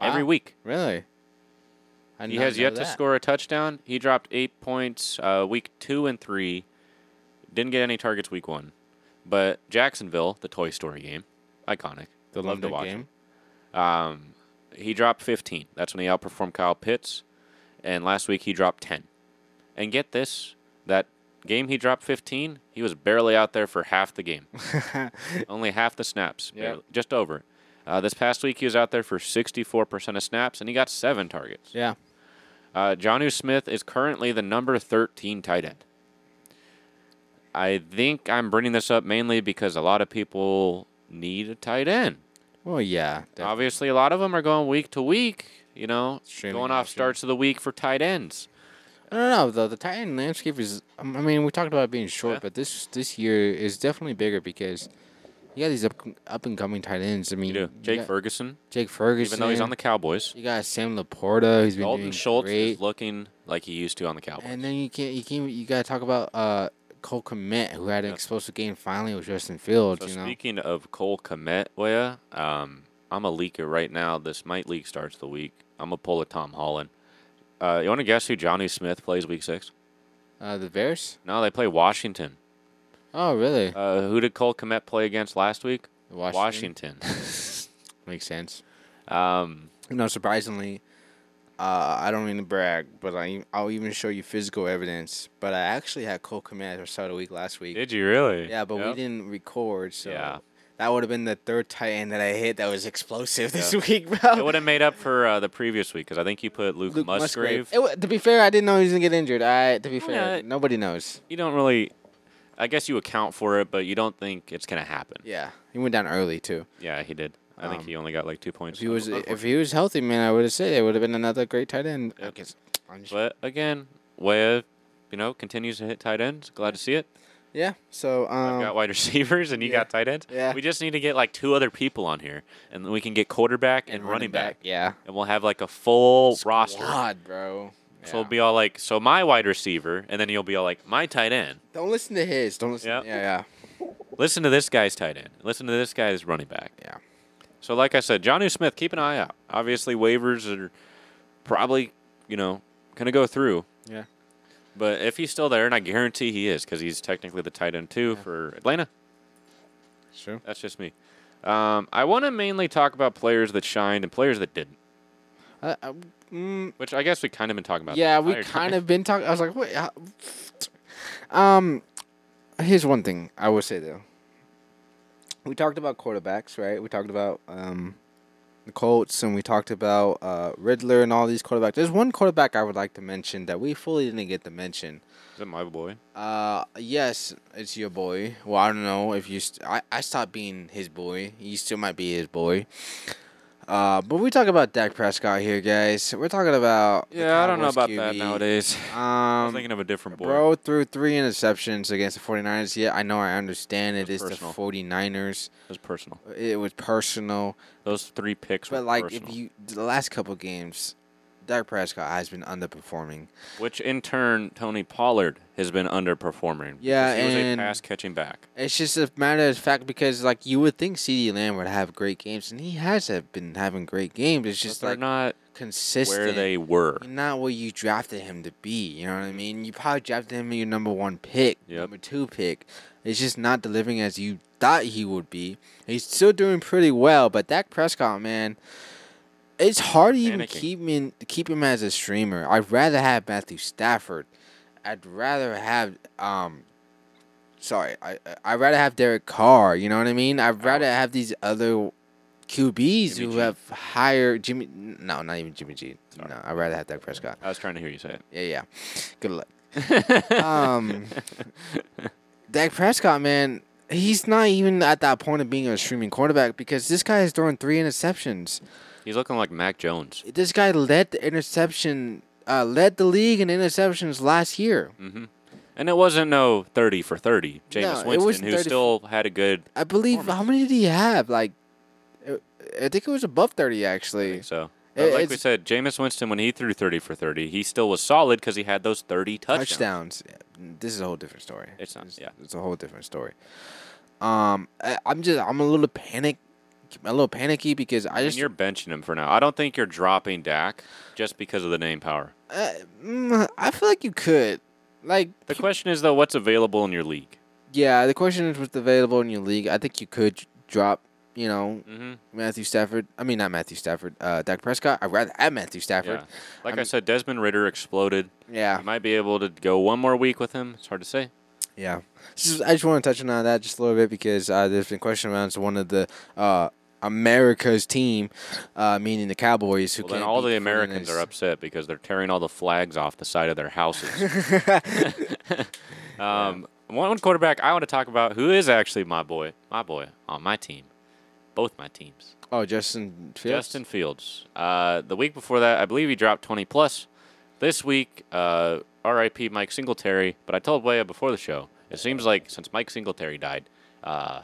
Speaker 1: every
Speaker 2: Wow.
Speaker 1: week.
Speaker 2: Really. I did
Speaker 1: He
Speaker 2: not
Speaker 1: has
Speaker 2: know
Speaker 1: yet to
Speaker 2: that.
Speaker 1: score a touchdown. He dropped eight points uh, week two and three. Didn't get any targets week one, but Jacksonville, the Toy Story game, iconic.
Speaker 2: the
Speaker 1: Love to
Speaker 2: London
Speaker 1: watch. it.
Speaker 2: game.
Speaker 1: He dropped 15. That's when he outperformed Kyle Pitts. And last week he dropped 10. And get this that game he dropped 15, he was barely out there for half the game. Only half the snaps,
Speaker 2: Yeah.
Speaker 1: barely- just over. Uh, this past week he was out there for 64% of snaps and he got seven targets.
Speaker 2: [laughs] Yeah.
Speaker 1: Uh, Johnu Smith is currently the number 13 tight end. I think I'm bringing this up mainly because a lot of people need a tight end.
Speaker 2: Well, yeah. def-
Speaker 1: Obviously, a lot of them are going week to week. You know,
Speaker 2: Streaming
Speaker 1: going off
Speaker 2: option.
Speaker 1: starts of the week for tight ends.
Speaker 2: I don't know though. The Titan landscape is. um, I mean, we talked about it being short,
Speaker 1: Yeah.
Speaker 2: but this this year is definitely bigger because you got these up up and coming tight ends. I mean,
Speaker 1: You do. Jake
Speaker 2: got
Speaker 1: Ferguson,
Speaker 2: Jake Ferguson.
Speaker 1: even though he's on the Cowboys,
Speaker 2: you got Sam Laporta. He's been
Speaker 1: Dalton
Speaker 2: doing
Speaker 1: Schultz
Speaker 2: great.
Speaker 1: is looking like he used to on the Cowboys.
Speaker 2: and then you can't. You can't. You gotta talk about uh Cole Komet, who had an explosive game finally with Justin Fields.
Speaker 1: so
Speaker 2: you know.
Speaker 1: speaking of Cole Komet, Wea, um, I'm a leaker right now. This might leak starts the week. I'm gonna pull a Tom Holland. Uh, you want to guess who Johnny Smith plays week six?
Speaker 2: Uh, the Bears.
Speaker 1: No, they play Washington.
Speaker 2: Oh, really?
Speaker 1: Uh, who did Cole Komet play against last week?
Speaker 2: Washington.
Speaker 1: Washington.
Speaker 2: Makes sense.
Speaker 1: um,
Speaker 2: You know, surprisingly, uh, I don't mean to brag, but I, I'll even show you physical evidence. But I actually had Cole Komet at the start of the week last
Speaker 1: [laughs]
Speaker 2: week.
Speaker 1: did you really?
Speaker 2: Yeah, but we
Speaker 1: Yep.
Speaker 2: didn't record, so
Speaker 1: Yeah.
Speaker 2: that would have been the third tight end that I hit that was explosive [laughs] this week,
Speaker 1: It
Speaker 2: bro.
Speaker 1: would have made up for uh, the previous week because I think you put Luke,
Speaker 2: Luke
Speaker 1: Musgrave.
Speaker 2: It wa- to be fair, I didn't know he was gonna get injured. I to be fair,
Speaker 1: Yeah.
Speaker 2: nobody knows.
Speaker 1: You don't really, I guess you account for it, but you don't think it's gonna happen. Yeah,
Speaker 2: Yeah, he went down early too.
Speaker 1: he did. I think he only got like two points.
Speaker 2: If he was
Speaker 1: Unfortunately.
Speaker 2: if he was healthy, man, I would have said it would have been another great tight end. I guess. I'm just-
Speaker 1: but again, Wea, you know, continues to hit tight ends. Glad to see it.
Speaker 2: Yeah. So
Speaker 1: I've
Speaker 2: um,
Speaker 1: got wide [laughs] receivers, and you
Speaker 2: yeah.
Speaker 1: got tight ends.
Speaker 2: Yeah.
Speaker 1: We just need to get like two other people on here, and then we can get quarterback and, running back,
Speaker 2: Yeah.
Speaker 1: and we'll have like a full roster.
Speaker 2: God, bro.
Speaker 1: So we'll
Speaker 2: Yeah.
Speaker 1: be all like, so my wide receiver, and then you'll be all like, my tight end.
Speaker 2: Don't listen to his. Don't listen.
Speaker 1: Yeah.
Speaker 2: Yeah, yeah,
Speaker 1: Listen to this guy's tight end. Listen to this guy's running back.
Speaker 2: yeah.
Speaker 1: So, like I said, Johnu Smith, keep an eye out. Obviously, waivers are probably, you know, going to go through.
Speaker 2: Yeah.
Speaker 1: But if he's still there, and I guarantee he is, because he's technically the tight end too for Atlanta.
Speaker 2: Sure.
Speaker 1: That's just me. Um, I want to mainly talk about players that shined and players that didn't,
Speaker 2: Uh, uh, mm,
Speaker 1: which I guess we kind of been talking about. the
Speaker 2: yeah, we
Speaker 1: entire time.
Speaker 2: kind of been talking. I was like, wait. uh, Um, here's one thing I will say though. We talked about quarterbacks, right? We talked about um, the Colts, and we talked about uh, Riddler and all these quarterbacks. There's one quarterback I would like to mention that we fully didn't get to mention.
Speaker 1: [laughs] Is it my boy?
Speaker 2: Uh, yes, it's your boy. Well, I don't know if you. St- I I stopped being his boy. You still might be his boy. Uh, but we talk about Dak Prescott here, guys. We're talking about the
Speaker 1: Yeah, I don't know
Speaker 2: Cowboys
Speaker 1: about that
Speaker 2: QB.
Speaker 1: nowadays. I was
Speaker 2: Um,
Speaker 1: thinking of a different boy.
Speaker 2: bro threw three interceptions against the 49ers. Yeah, I know. I understand it is
Speaker 1: That's
Speaker 2: the
Speaker 1: personal.
Speaker 2: 49ers.
Speaker 1: It was personal.
Speaker 2: It was personal,
Speaker 1: Those three picks were
Speaker 2: but like
Speaker 1: personal.
Speaker 2: if you the last couple games, Dak Prescott has been underperforming.
Speaker 1: Which in turn, Tony Pollard has been underperforming.
Speaker 2: Yeah,
Speaker 1: because he
Speaker 2: and-
Speaker 1: was a pass catching back.
Speaker 2: It's just a matter of fact because like you would think C.D. Lamb would have great games, and he has have been having great games. It's
Speaker 1: Just
Speaker 2: just
Speaker 1: they're
Speaker 2: like
Speaker 1: not
Speaker 2: consistent.
Speaker 1: where they were.
Speaker 2: not what you drafted him to be. You know what I mean? You probably drafted him in your number one pick,
Speaker 1: Yep.
Speaker 2: number two pick. It's just not delivering as you thought he would be. He's still doing pretty well, but Dak Prescott, man, it's hard to even
Speaker 1: Panicking.
Speaker 2: keep him in, keep him as a streamer. I'd rather have Matthew Stafford. I'd rather have um. Sorry, I I- I'd rather have Derek Carr. You know what I mean? I'd rather have these other QBs
Speaker 1: Jimmy
Speaker 2: who
Speaker 1: G.
Speaker 2: have higher Jimmy. No, not even Jimmy G.
Speaker 1: Sorry.
Speaker 2: No, I'd rather have Dak Prescott.
Speaker 1: I was trying to hear you say
Speaker 2: Yeah, yeah. Good luck.
Speaker 1: [laughs] it.
Speaker 2: Um, Dak Prescott, man, he's not even at that point of being a streaming quarterback because this guy is throwing three interceptions.
Speaker 1: He's looking like Mac Jones.
Speaker 2: This guy led the interception, uh, led the league in interceptions last year.
Speaker 1: hmm And it wasn't no 30 for 30.
Speaker 2: No,
Speaker 1: Jameis
Speaker 2: it
Speaker 1: Winston,
Speaker 2: wasn't
Speaker 1: who
Speaker 2: 30
Speaker 1: still had a good.
Speaker 2: I believe how many did he have? Like, uh, I think it was above thirty actually.
Speaker 1: So,
Speaker 2: It-
Speaker 1: but like we
Speaker 2: it's-
Speaker 1: said, Jameis Winston, when he threw 30 for 30, he still was solid because he had those 30 touchdowns.
Speaker 2: touchdowns. Yeah, This is a whole different story.
Speaker 1: It's not-
Speaker 2: It's,
Speaker 1: yeah.
Speaker 2: it's a whole different story. Um, I, I'm just I'm a little panic, a little panicky because I
Speaker 1: And
Speaker 2: just
Speaker 1: you're benching him for now. I don't think you're dropping Dak just because of the name power.
Speaker 2: uh, mm, I feel like you could, like
Speaker 1: The question is, though, what's available in your league?
Speaker 2: yeah. The question is what's available in your league. I think you could drop, you know,
Speaker 1: Mm-hmm.
Speaker 2: Matthew Stafford. I mean, not Matthew Stafford. Uh, Dak Prescott. I'd rather have Matthew
Speaker 1: Yeah.
Speaker 2: Stafford.
Speaker 1: Like I
Speaker 2: mean-
Speaker 1: said, Desmond Ritter exploded.
Speaker 2: Yeah,
Speaker 1: You might be able to go one more week with him. It's hard to say.
Speaker 2: Yeah, Just- I just want to touch on that just a little bit because uh, there's been question around to one of the uh, America's team, uh, meaning the Cowboys, who
Speaker 1: Well, then
Speaker 2: can't
Speaker 1: all
Speaker 2: beat
Speaker 1: the Americans are
Speaker 2: Fortiners.
Speaker 1: upset because they're tearing all the flags off the side of their houses. um, one, one quarterback I want to talk about who is actually my boy, my boy on my team, both my teams.
Speaker 2: oh, Justin Fields.
Speaker 1: Justin Fields. Uh, the week before that, I believe he dropped 20 plus. This week, uh, R.I.P. Mike Singletary. But I told Waya before the show, it seems like since Mike Singletary died, uh,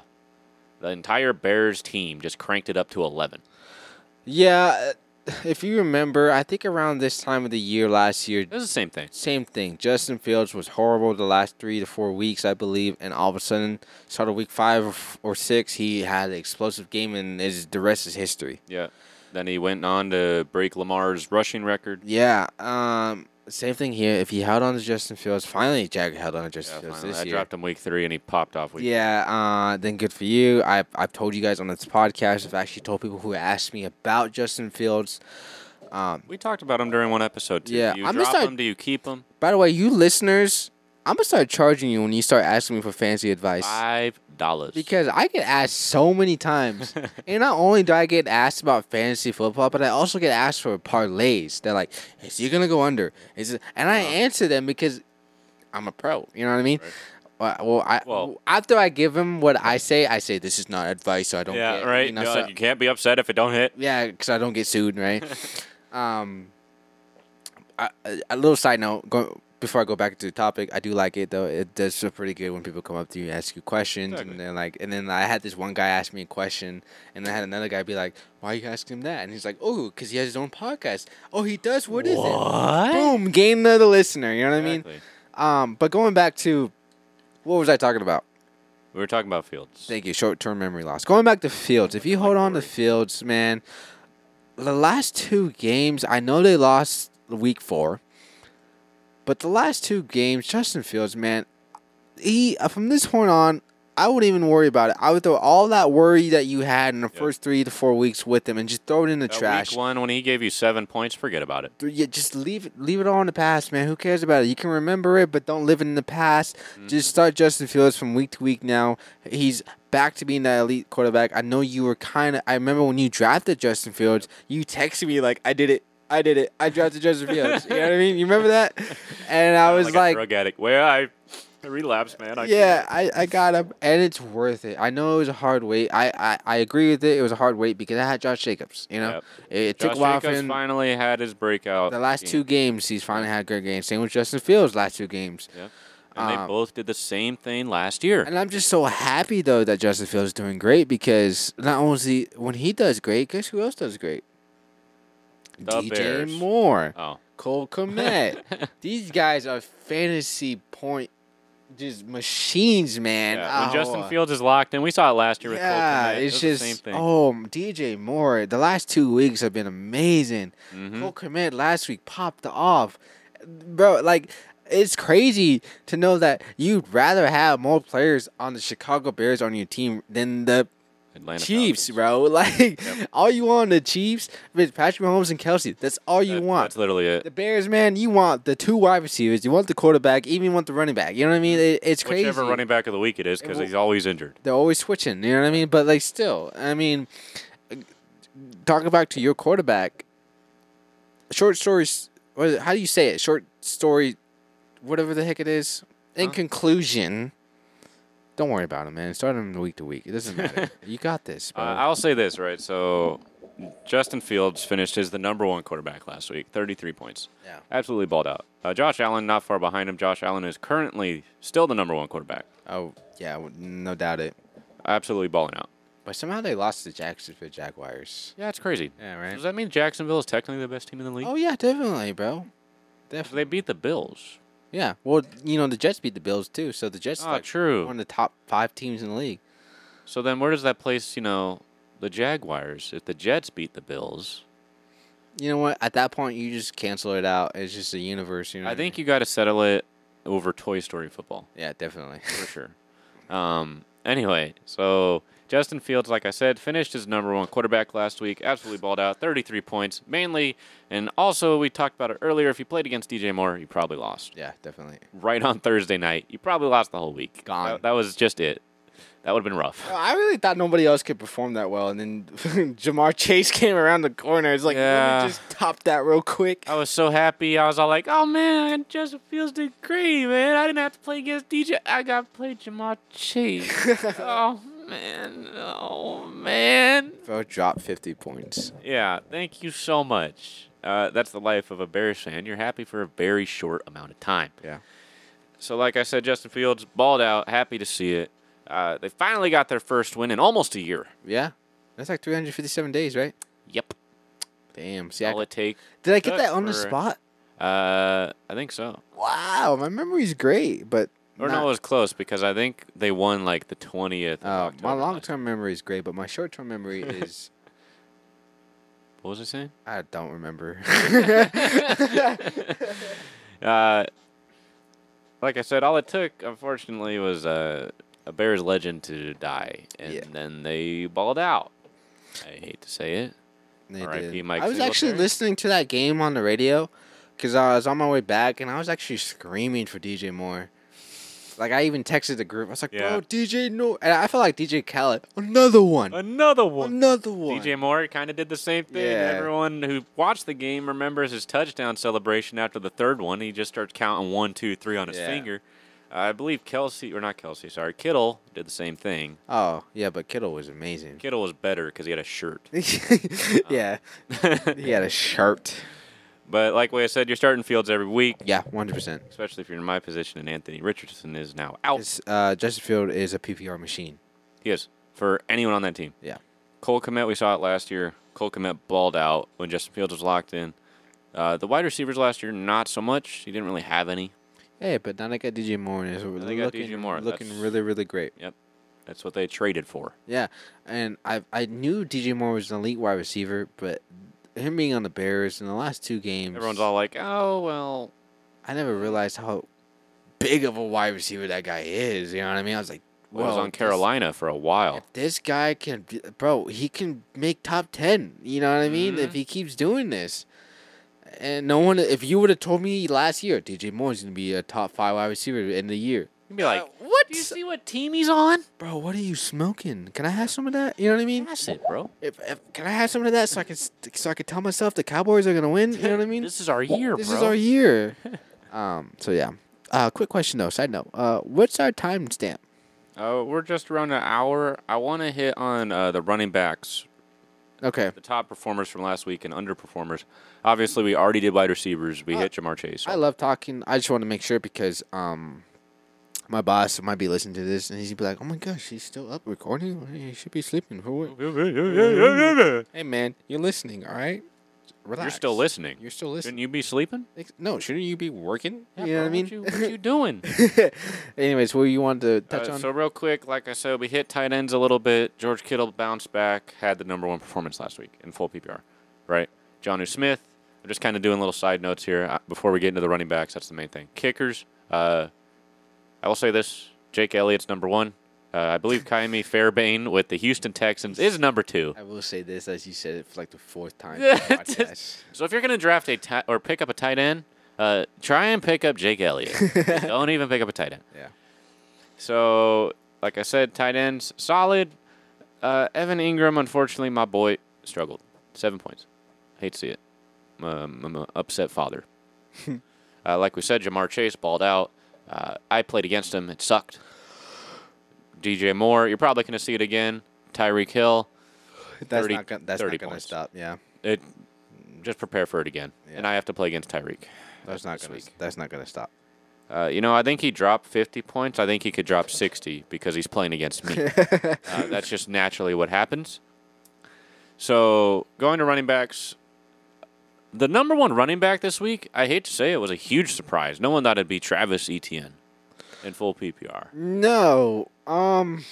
Speaker 1: the entire Bears team just cranked it up to 11.
Speaker 2: Yeah, uh, if you remember, I think around this time of the year last year,
Speaker 1: It was the same thing.
Speaker 2: same thing. Justin Fields was horrible the last three to four weeks, I believe, and all of a sudden, sort of week five or f- or six, he had an explosive game, and is the rest is history.
Speaker 1: Yeah. Then he went on to break Lamar's rushing record.
Speaker 2: Yeah. Um. Same thing here. If he held on to Justin Fields, finally Jack held on to Justin
Speaker 1: Yeah,
Speaker 2: Fields
Speaker 1: finally.
Speaker 2: this
Speaker 1: I
Speaker 2: year.
Speaker 1: dropped him week three and he popped off week.
Speaker 2: yeah. Uh. Then good for you. I I've told you guys on this podcast. I've actually told people who asked me about Justin Fields. Um.
Speaker 1: We talked about him during one episode too.
Speaker 2: Yeah,
Speaker 1: do you
Speaker 2: I'm just
Speaker 1: drop
Speaker 2: not-
Speaker 1: him? Do you keep him?
Speaker 2: By the way, you listeners, I'm gonna start charging you when you start asking me for fancy advice.
Speaker 1: Five dollars.
Speaker 2: Because I get asked so many
Speaker 1: [laughs]
Speaker 2: times, and not only do I get asked about fantasy football, but I also get asked for parlays. They're like, "Is he gonna go under?" Is it? and I
Speaker 1: Uh-huh.
Speaker 2: answer them because I'm a pro. You know what I mean? Well, well, I,
Speaker 1: Well-
Speaker 2: after I give them what I say, I say this is not advice, so I don't.
Speaker 1: yeah,
Speaker 2: get,
Speaker 1: right.
Speaker 2: You know,
Speaker 1: Yeah,
Speaker 2: so-
Speaker 1: you can't be upset if it don't hit.
Speaker 2: yeah, because I don't get sued,
Speaker 1: [laughs]
Speaker 2: right? um, I- a, a little side note go, before I go back to the topic, I do like it though. It does feel pretty good when people come up to you and ask you questions,
Speaker 1: Exactly.
Speaker 2: and then like, and then I had this one guy ask me a question, and I had another guy be like, "Why you asking him that?" And he's like, "Oh, because he has his own podcast. Oh, he does. What is it? Boom, gain another listener. You know what
Speaker 1: Exactly.
Speaker 2: I mean? Um, but going back to what was I talking about?
Speaker 1: we were talking about Fields.
Speaker 2: Thank you. Short term memory loss. Going back to Fields, if you hold on to Fields, man, the last two games, I know they lost week four, but the last two games, Justin Fields, man, he uh, from this point on, I wouldn't even worry about it. I would throw all that worry that you had in the first three to four weeks with him and just throw it in the
Speaker 1: That
Speaker 2: trash.
Speaker 1: Week one, when he gave you seven points, forget about it.
Speaker 2: Th- Yeah, just leave it, leave it all in the past, man. Who cares about it? You can remember it, but don't live it in the past.
Speaker 1: Mm-hmm.
Speaker 2: Just start Justin Fields from week to week now. He's back to being that elite quarterback. I know you were kind of. I remember when you drafted Justin Fields, you texted me like, "I did it, I did it, I
Speaker 1: [laughs]
Speaker 2: drafted Justin Fields." you know what I mean? You remember that? And I was
Speaker 1: like, a
Speaker 2: like,
Speaker 1: drug addict. Well, I I relapsed, man. I
Speaker 2: yeah, I, I got him, and it's worth it. I know it was a hard wait. I, I, I agree with it. It was a hard wait because I had Josh Jacobs. You know,
Speaker 1: Yep.
Speaker 2: it, it
Speaker 1: Josh
Speaker 2: took a while for
Speaker 1: Jacobs
Speaker 2: him.
Speaker 1: finally had his breakout.
Speaker 2: The last two games, he's finally had good games. Same with Justin Fields last two games.
Speaker 1: Yeah. And
Speaker 2: um,
Speaker 1: they both did the same thing last year.
Speaker 2: And I'm just so happy though that Justin Fields is doing great because not only is he- when he does great, guess who else does great?
Speaker 1: The
Speaker 2: DJ
Speaker 1: Bears.
Speaker 2: Moore,
Speaker 1: Oh, [laughs]
Speaker 2: Cole Komet. These guys are fantasy point just machines, man.
Speaker 1: yeah. when Justin
Speaker 2: Oh.
Speaker 1: Fields is locked in, we saw it last year with
Speaker 2: Yeah,
Speaker 1: Cole Komet. It
Speaker 2: it's
Speaker 1: was
Speaker 2: just
Speaker 1: the same thing.
Speaker 2: oh DJ Moore. The last two weeks have been amazing.
Speaker 1: Mhm.
Speaker 2: Cole Komet last week popped off, bro. Like it's crazy to know that you'd rather have more players on the Chicago Bears on your team than the
Speaker 1: Atlanta
Speaker 2: Chiefs,
Speaker 1: Falcons.
Speaker 2: bro. [laughs] Like
Speaker 1: Yep.
Speaker 2: all you want the Chiefs, is Patrick Mahomes and Kelsey. That's all you
Speaker 1: That-
Speaker 2: want.
Speaker 1: That's literally it.
Speaker 2: The Bears, man, you want the two wide receivers, you want the quarterback, even you want the running back. You know what I mean? It, it's crazy.
Speaker 1: Mm-hmm. Whichever running back of the week it is, because
Speaker 2: will-
Speaker 1: he's always injured.
Speaker 2: They're always switching. You know what I mean? But like, still, I mean, talking back to your quarterback. Short stories. What is it, how do you say it? Short story, whatever the heck it is. In
Speaker 1: Huh?
Speaker 2: conclusion, don't worry about it, man. Start him week to week. It
Speaker 1: [laughs]
Speaker 2: doesn't matter. you got this, bro.
Speaker 1: Uh, I'll say this, right? So Justin Fields finished as the number one quarterback last week, 33 points.
Speaker 2: Yeah.
Speaker 1: Absolutely balled out. Uh, Josh Allen, not far behind him. Josh Allen is currently still the number one quarterback.
Speaker 2: oh yeah, w- no doubt it.
Speaker 1: Absolutely balling out.
Speaker 2: But somehow they lost to Jacksonville Jaguars.
Speaker 1: Yeah, it's crazy.
Speaker 2: Yeah, right.
Speaker 1: Does that mean Jacksonville is technically the best team in the league?
Speaker 2: Oh yeah, definitely, bro.
Speaker 1: So they beat the Bills.
Speaker 2: Yeah. Well, you know the Jets beat the Bills too, so the Jets
Speaker 1: Ah,
Speaker 2: like
Speaker 1: true.
Speaker 2: one of the top five teams in the league.
Speaker 1: So then where does that place, you know, the Jaguars? If the Jets beat the Bills,
Speaker 2: You know what? At that point, you just cancel it out. It's just the universe. You know.
Speaker 1: I
Speaker 2: what
Speaker 1: think you got to settle it over Toy Story football.
Speaker 2: mean? Yeah, definitely. [laughs]
Speaker 1: for sure. Um, anyway, so Justin Fields, like I said, finished his number one quarterback last week. Absolutely balled out, 33 points mainly. And also, we talked about it earlier. If you played against DJ Moore, you probably lost.
Speaker 2: yeah, definitely.
Speaker 1: Right on Thursday night, you probably lost the whole week.
Speaker 2: Gone.
Speaker 1: That, that was just it. That would have been rough.
Speaker 2: I really thought nobody else could perform that well, and then [laughs] Jamar Chase came around the corner. It's like, let
Speaker 1: Yeah.
Speaker 2: me just top that real quick.
Speaker 1: I was so happy. I was all like, "Oh man, Justin Fields did great, man! I didn't have to play against DJ. I got to play Jamal [laughs] Chase. oh man, oh man."
Speaker 2: Bro, dropped fifty points.
Speaker 1: Yeah, thank you so much. Uh, that's the life of a Bears fan. You're happy for a very short amount of time.
Speaker 2: Yeah.
Speaker 1: So, like I said, Justin Fields balled out. Happy to see it. Uh, they finally got their first win in almost a year.
Speaker 2: Yeah, that's like three hundred fifty-seven days, right?
Speaker 1: Yep.
Speaker 2: Damn. See, I,
Speaker 1: All it take.
Speaker 2: did I get that
Speaker 1: took
Speaker 2: on the
Speaker 1: for-
Speaker 2: spot?
Speaker 1: Uh, I think so.
Speaker 2: Wow, my memory's great, but
Speaker 1: Or
Speaker 2: not-
Speaker 1: no, it was close because I think they won like the twentieth.
Speaker 2: Oh, my long-term memory is great, but my
Speaker 1: [laughs]
Speaker 2: short-term memory is
Speaker 1: What was I saying?
Speaker 2: I don't remember. [laughs]
Speaker 1: Uh, like I said, all it took, unfortunately, was uh, a Bears legend to die, and
Speaker 2: Yeah.
Speaker 1: then they balled out. I hate to say it.
Speaker 2: They
Speaker 1: R.I.P.
Speaker 2: did.
Speaker 1: Mike
Speaker 2: I was actually
Speaker 1: Singletary.
Speaker 2: listening to that game on the radio because I was on my way back and I was actually screaming for DJ Moore. Like I even texted the group. I was like,
Speaker 1: Yeah.
Speaker 2: "Bro, DJ no," and I felt like DJ Khaled. Another one.
Speaker 1: Another
Speaker 2: Another one.
Speaker 1: DJ Moore kind of did the same thing.
Speaker 2: Yeah.
Speaker 1: Everyone who watched the game remembers his touchdown celebration after the third one. He just starts counting one, two, three on his
Speaker 2: Yeah.
Speaker 1: finger. I believe Kelsey, or not Kelsey, sorry, Kittle did the same thing.
Speaker 2: Oh yeah, but Kittle was amazing.
Speaker 1: Kittle was better because he had a shirt. [laughs]
Speaker 2: [laughs] yeah,
Speaker 1: Uh-huh.
Speaker 2: he had a shirt.
Speaker 1: but like way I said, you're starting Fields every week,
Speaker 2: Yeah, one hundred percent.
Speaker 1: especially if you're in my position, and Anthony Richardson is now out.
Speaker 2: Uh, Justin Field is a PPR machine.
Speaker 1: He is for anyone on that team.
Speaker 2: Yeah.
Speaker 1: Cole Komet, we saw it last year. Cole Komet balled out when Justin Fields was locked in. Uh, the wide receivers last year, not so much. He didn't really have any.
Speaker 2: Hey, but now they got DJ Moore and it's
Speaker 1: they
Speaker 2: looking,
Speaker 1: got DJ Moore,
Speaker 2: looking
Speaker 1: that's-
Speaker 2: really, really great.
Speaker 1: Yep. That's what they traded for.
Speaker 2: Yeah, and I I knew DJ Moore was an elite wide receiver, but him being on the Bears in the last two games,
Speaker 1: Everyone's all like, oh, well.
Speaker 2: I never realized how big of a wide receiver that guy is. You know what I mean? I was like,
Speaker 1: Well,
Speaker 2: well,
Speaker 1: he was on Carolina for a while.
Speaker 2: This, this guy can, be- bro. He can make top ten. You know what I mean?
Speaker 1: Mm-hmm.
Speaker 2: If he keeps doing this. And no one, if you would have told me last year, DJ Moore is going to be a top five wide receiver in the year,
Speaker 1: You'd be like,
Speaker 2: Uh, what?
Speaker 1: Do you see what team he's on?
Speaker 2: Bro, what are you smoking? Can I have some of that? You know what I mean?
Speaker 1: That's it, bro.
Speaker 2: If, if can I have some of that so I can st- so I can tell myself the Cowboys are gonna win? You know what I
Speaker 1: [laughs]
Speaker 2: mean?
Speaker 1: This is our year,
Speaker 2: This
Speaker 1: bro.
Speaker 2: is
Speaker 1: [laughs]
Speaker 2: our year. um. So yeah. Uh. Quick question though. Side note. Uh. What's our timestamp?
Speaker 1: Uh, we're just around an hour. I want to hit on uh, the running backs
Speaker 2: Okay.
Speaker 1: the top performers from last week and underperformers. Obviously, we already did wide receivers. We hit Jamar Chase. [laughs]
Speaker 2: Uh, I love talking. I just want to make sure because um, my boss might be listening to this and he's gonna be like, "Oh my gosh, he's still up recording. He should be sleeping for what?" Hey man, you're listening. All right. relax.
Speaker 1: You're still listening.
Speaker 2: You're still listening.
Speaker 1: Shouldn't you be sleeping?
Speaker 2: Ex- No, shouldn't you be working?
Speaker 1: Yeah,
Speaker 2: [laughs] you know
Speaker 1: bro,
Speaker 2: what I mean?
Speaker 1: What you, what you doing?
Speaker 2: Anyways, what you wanted to touch
Speaker 1: Uh,
Speaker 2: on?
Speaker 1: So real quick, like I said, we hit tight ends a little bit. George Kittle bounced back, had the number one performance last week in full PPR, right? Johnu Smith. I'm just kind of doing little side notes here uh, before we get into the running backs. That's the main thing. Kickers. Uh, I will say this: Jake Elliott's number one. Uh, I believe Kaimi Fairbane with the Houston Texans is number two.
Speaker 2: I will say this, as you said it for like the fourth [laughs] time.
Speaker 1: Yeah, in the just- So if you're gonna draft a ti- or pick up a tight end, uh, try and pick up Jake
Speaker 2: [laughs]
Speaker 1: Elliott. Don't even pick up a tight end. [laughs]
Speaker 2: Yeah.
Speaker 1: So like I said, tight ends solid. Uh, Evan Ingram, unfortunately, my boy struggled. Seven points. Hate to see it. Um, I'm an upset father. uh, like we said, Jamar Chase balled out. Uh, I played against him. It sucked. DJ Moore, you're probably gonna see it again. Tyreek Hill.
Speaker 2: That's
Speaker 1: 30
Speaker 2: not gonna. That's
Speaker 1: 30
Speaker 2: not gonna
Speaker 1: points.
Speaker 2: stop. Yeah.
Speaker 1: It just prepare for it again. And
Speaker 2: Yeah.
Speaker 1: I have to play against Tyreek.
Speaker 2: That's not
Speaker 1: this
Speaker 2: gonna.
Speaker 1: week.
Speaker 2: That's not gonna stop.
Speaker 1: Uh, you know, I think he dropped 50 points. I think he could drop 60 because he's playing against
Speaker 2: [laughs]
Speaker 1: me. uh, that's just naturally what happens. So, going to running backs, the number one running back this week, I hate to say it, was a huge surprise. No one thought it'd be Travis Etienne in full PPR.
Speaker 2: No. Um,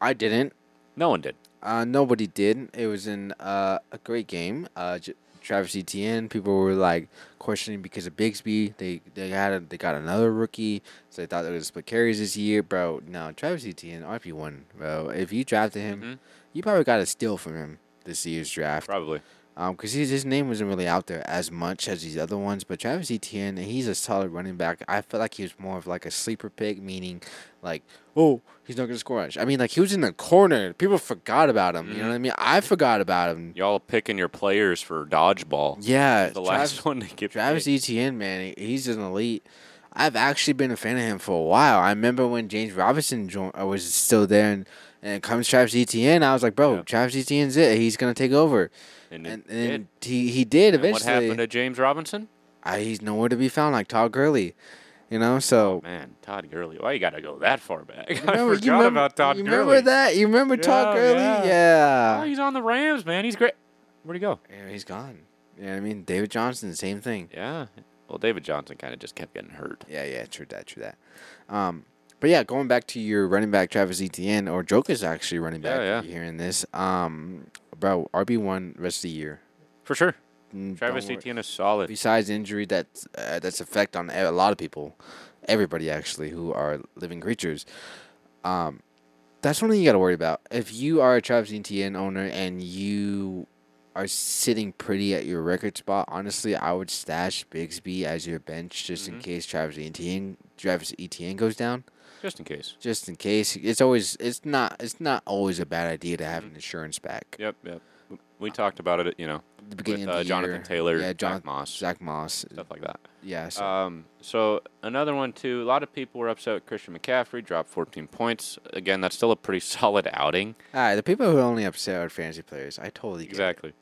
Speaker 2: I didn't.
Speaker 1: No one did.
Speaker 2: Uh, nobody did. It was in uh, a great game. Uh, J- Travis Etienne. People were like questioning because of Bigsby. They they had a, they got another rookie, so they thought they were gonna split carries this year, bro. No, Travis Etienne RP one, bro. If you drafted him,
Speaker 1: Mm-hmm.
Speaker 2: you probably got a steal from him this year's draft.
Speaker 1: Probably.
Speaker 2: Um, because his his name wasn't really out there as much as these other ones, but Travis Etienne, he's a solid running back. I felt like he was more of like a sleeper pick, meaning like, oh, he's not gonna score much. I mean, like he was in the corner. People forgot about him.
Speaker 1: Mm-hmm.
Speaker 2: You know what I mean? I forgot about him.
Speaker 1: Y'all picking your players for dodgeball.
Speaker 2: Yeah,
Speaker 1: The
Speaker 2: Travis-
Speaker 1: last [laughs] one to get
Speaker 2: Travis
Speaker 1: picked.
Speaker 2: Etienne, man, he- he's an elite. I've actually been a fan of him for a while. I remember when James Robinson joined, I was still there, and, and it comes Travis Etienne. I was like, bro,
Speaker 1: Yeah.
Speaker 2: Travis Etienne's it. He's gonna take over,
Speaker 1: And, it
Speaker 2: and,
Speaker 1: did.
Speaker 2: and he he did
Speaker 1: And
Speaker 2: eventually.
Speaker 1: what happened to James Robinson?
Speaker 2: I, he's nowhere to be found, like Todd Gurley. You know, so
Speaker 1: Man, Todd Gurley. Why you got to go that far back? [laughs] I
Speaker 2: Remember-
Speaker 1: forgot about Todd
Speaker 2: You
Speaker 1: Gurley.
Speaker 2: remember that? You remember Todd
Speaker 1: Yeah,
Speaker 2: Gurley?
Speaker 1: yeah.
Speaker 2: Yeah. Uh,
Speaker 1: Oh, he's on the Rams, man. He's great. Where'd he go?
Speaker 2: Yeah, he's gone. You know what I mean? David Johnson, same thing.
Speaker 1: Yeah. Well, David Johnson kind of just kept getting hurt.
Speaker 2: Yeah, yeah, true that, true that. Um, but yeah, going back to your running back Travis Etienne or Joker's actually running back.
Speaker 1: Yeah, yeah.
Speaker 2: You're hearing this, um, bro, RB one rest of the year.
Speaker 1: For sure.
Speaker 2: Mm,
Speaker 1: Travis
Speaker 2: don't worry.
Speaker 1: Etienne is solid.
Speaker 2: Besides injury, that's uh, that's effect on a lot of people, everybody actually who are living creatures. Um, that's something you got to worry about. If you are a Travis Etienne owner and you are sitting pretty at your record spot, honestly, I would stash Bigsby as your bench just
Speaker 1: Mm-hmm.
Speaker 2: in case Travis Etienne Travis Etienne goes down.
Speaker 1: Just in case.
Speaker 2: Just in case, it's always it's not it's not always a bad idea to
Speaker 1: Mm-hmm.
Speaker 2: have an insurance back.
Speaker 1: Yep, yep. We- We talked about it, you know,
Speaker 2: At the beginning
Speaker 1: with
Speaker 2: of
Speaker 1: uh,
Speaker 2: the
Speaker 1: Jonathan
Speaker 2: year.
Speaker 1: Taylor,
Speaker 2: yeah, Jon-
Speaker 1: Zach Moss,
Speaker 2: Zach Moss,
Speaker 1: stuff like that.
Speaker 2: yeah. So.
Speaker 1: Um, so another one too. A lot of people were upset with Christian McCaffrey, dropped 14 points. Again, that's still a pretty [laughs] solid outing.
Speaker 2: All right, the people who only upset are fantasy players. I totally get it.
Speaker 1: Exactly.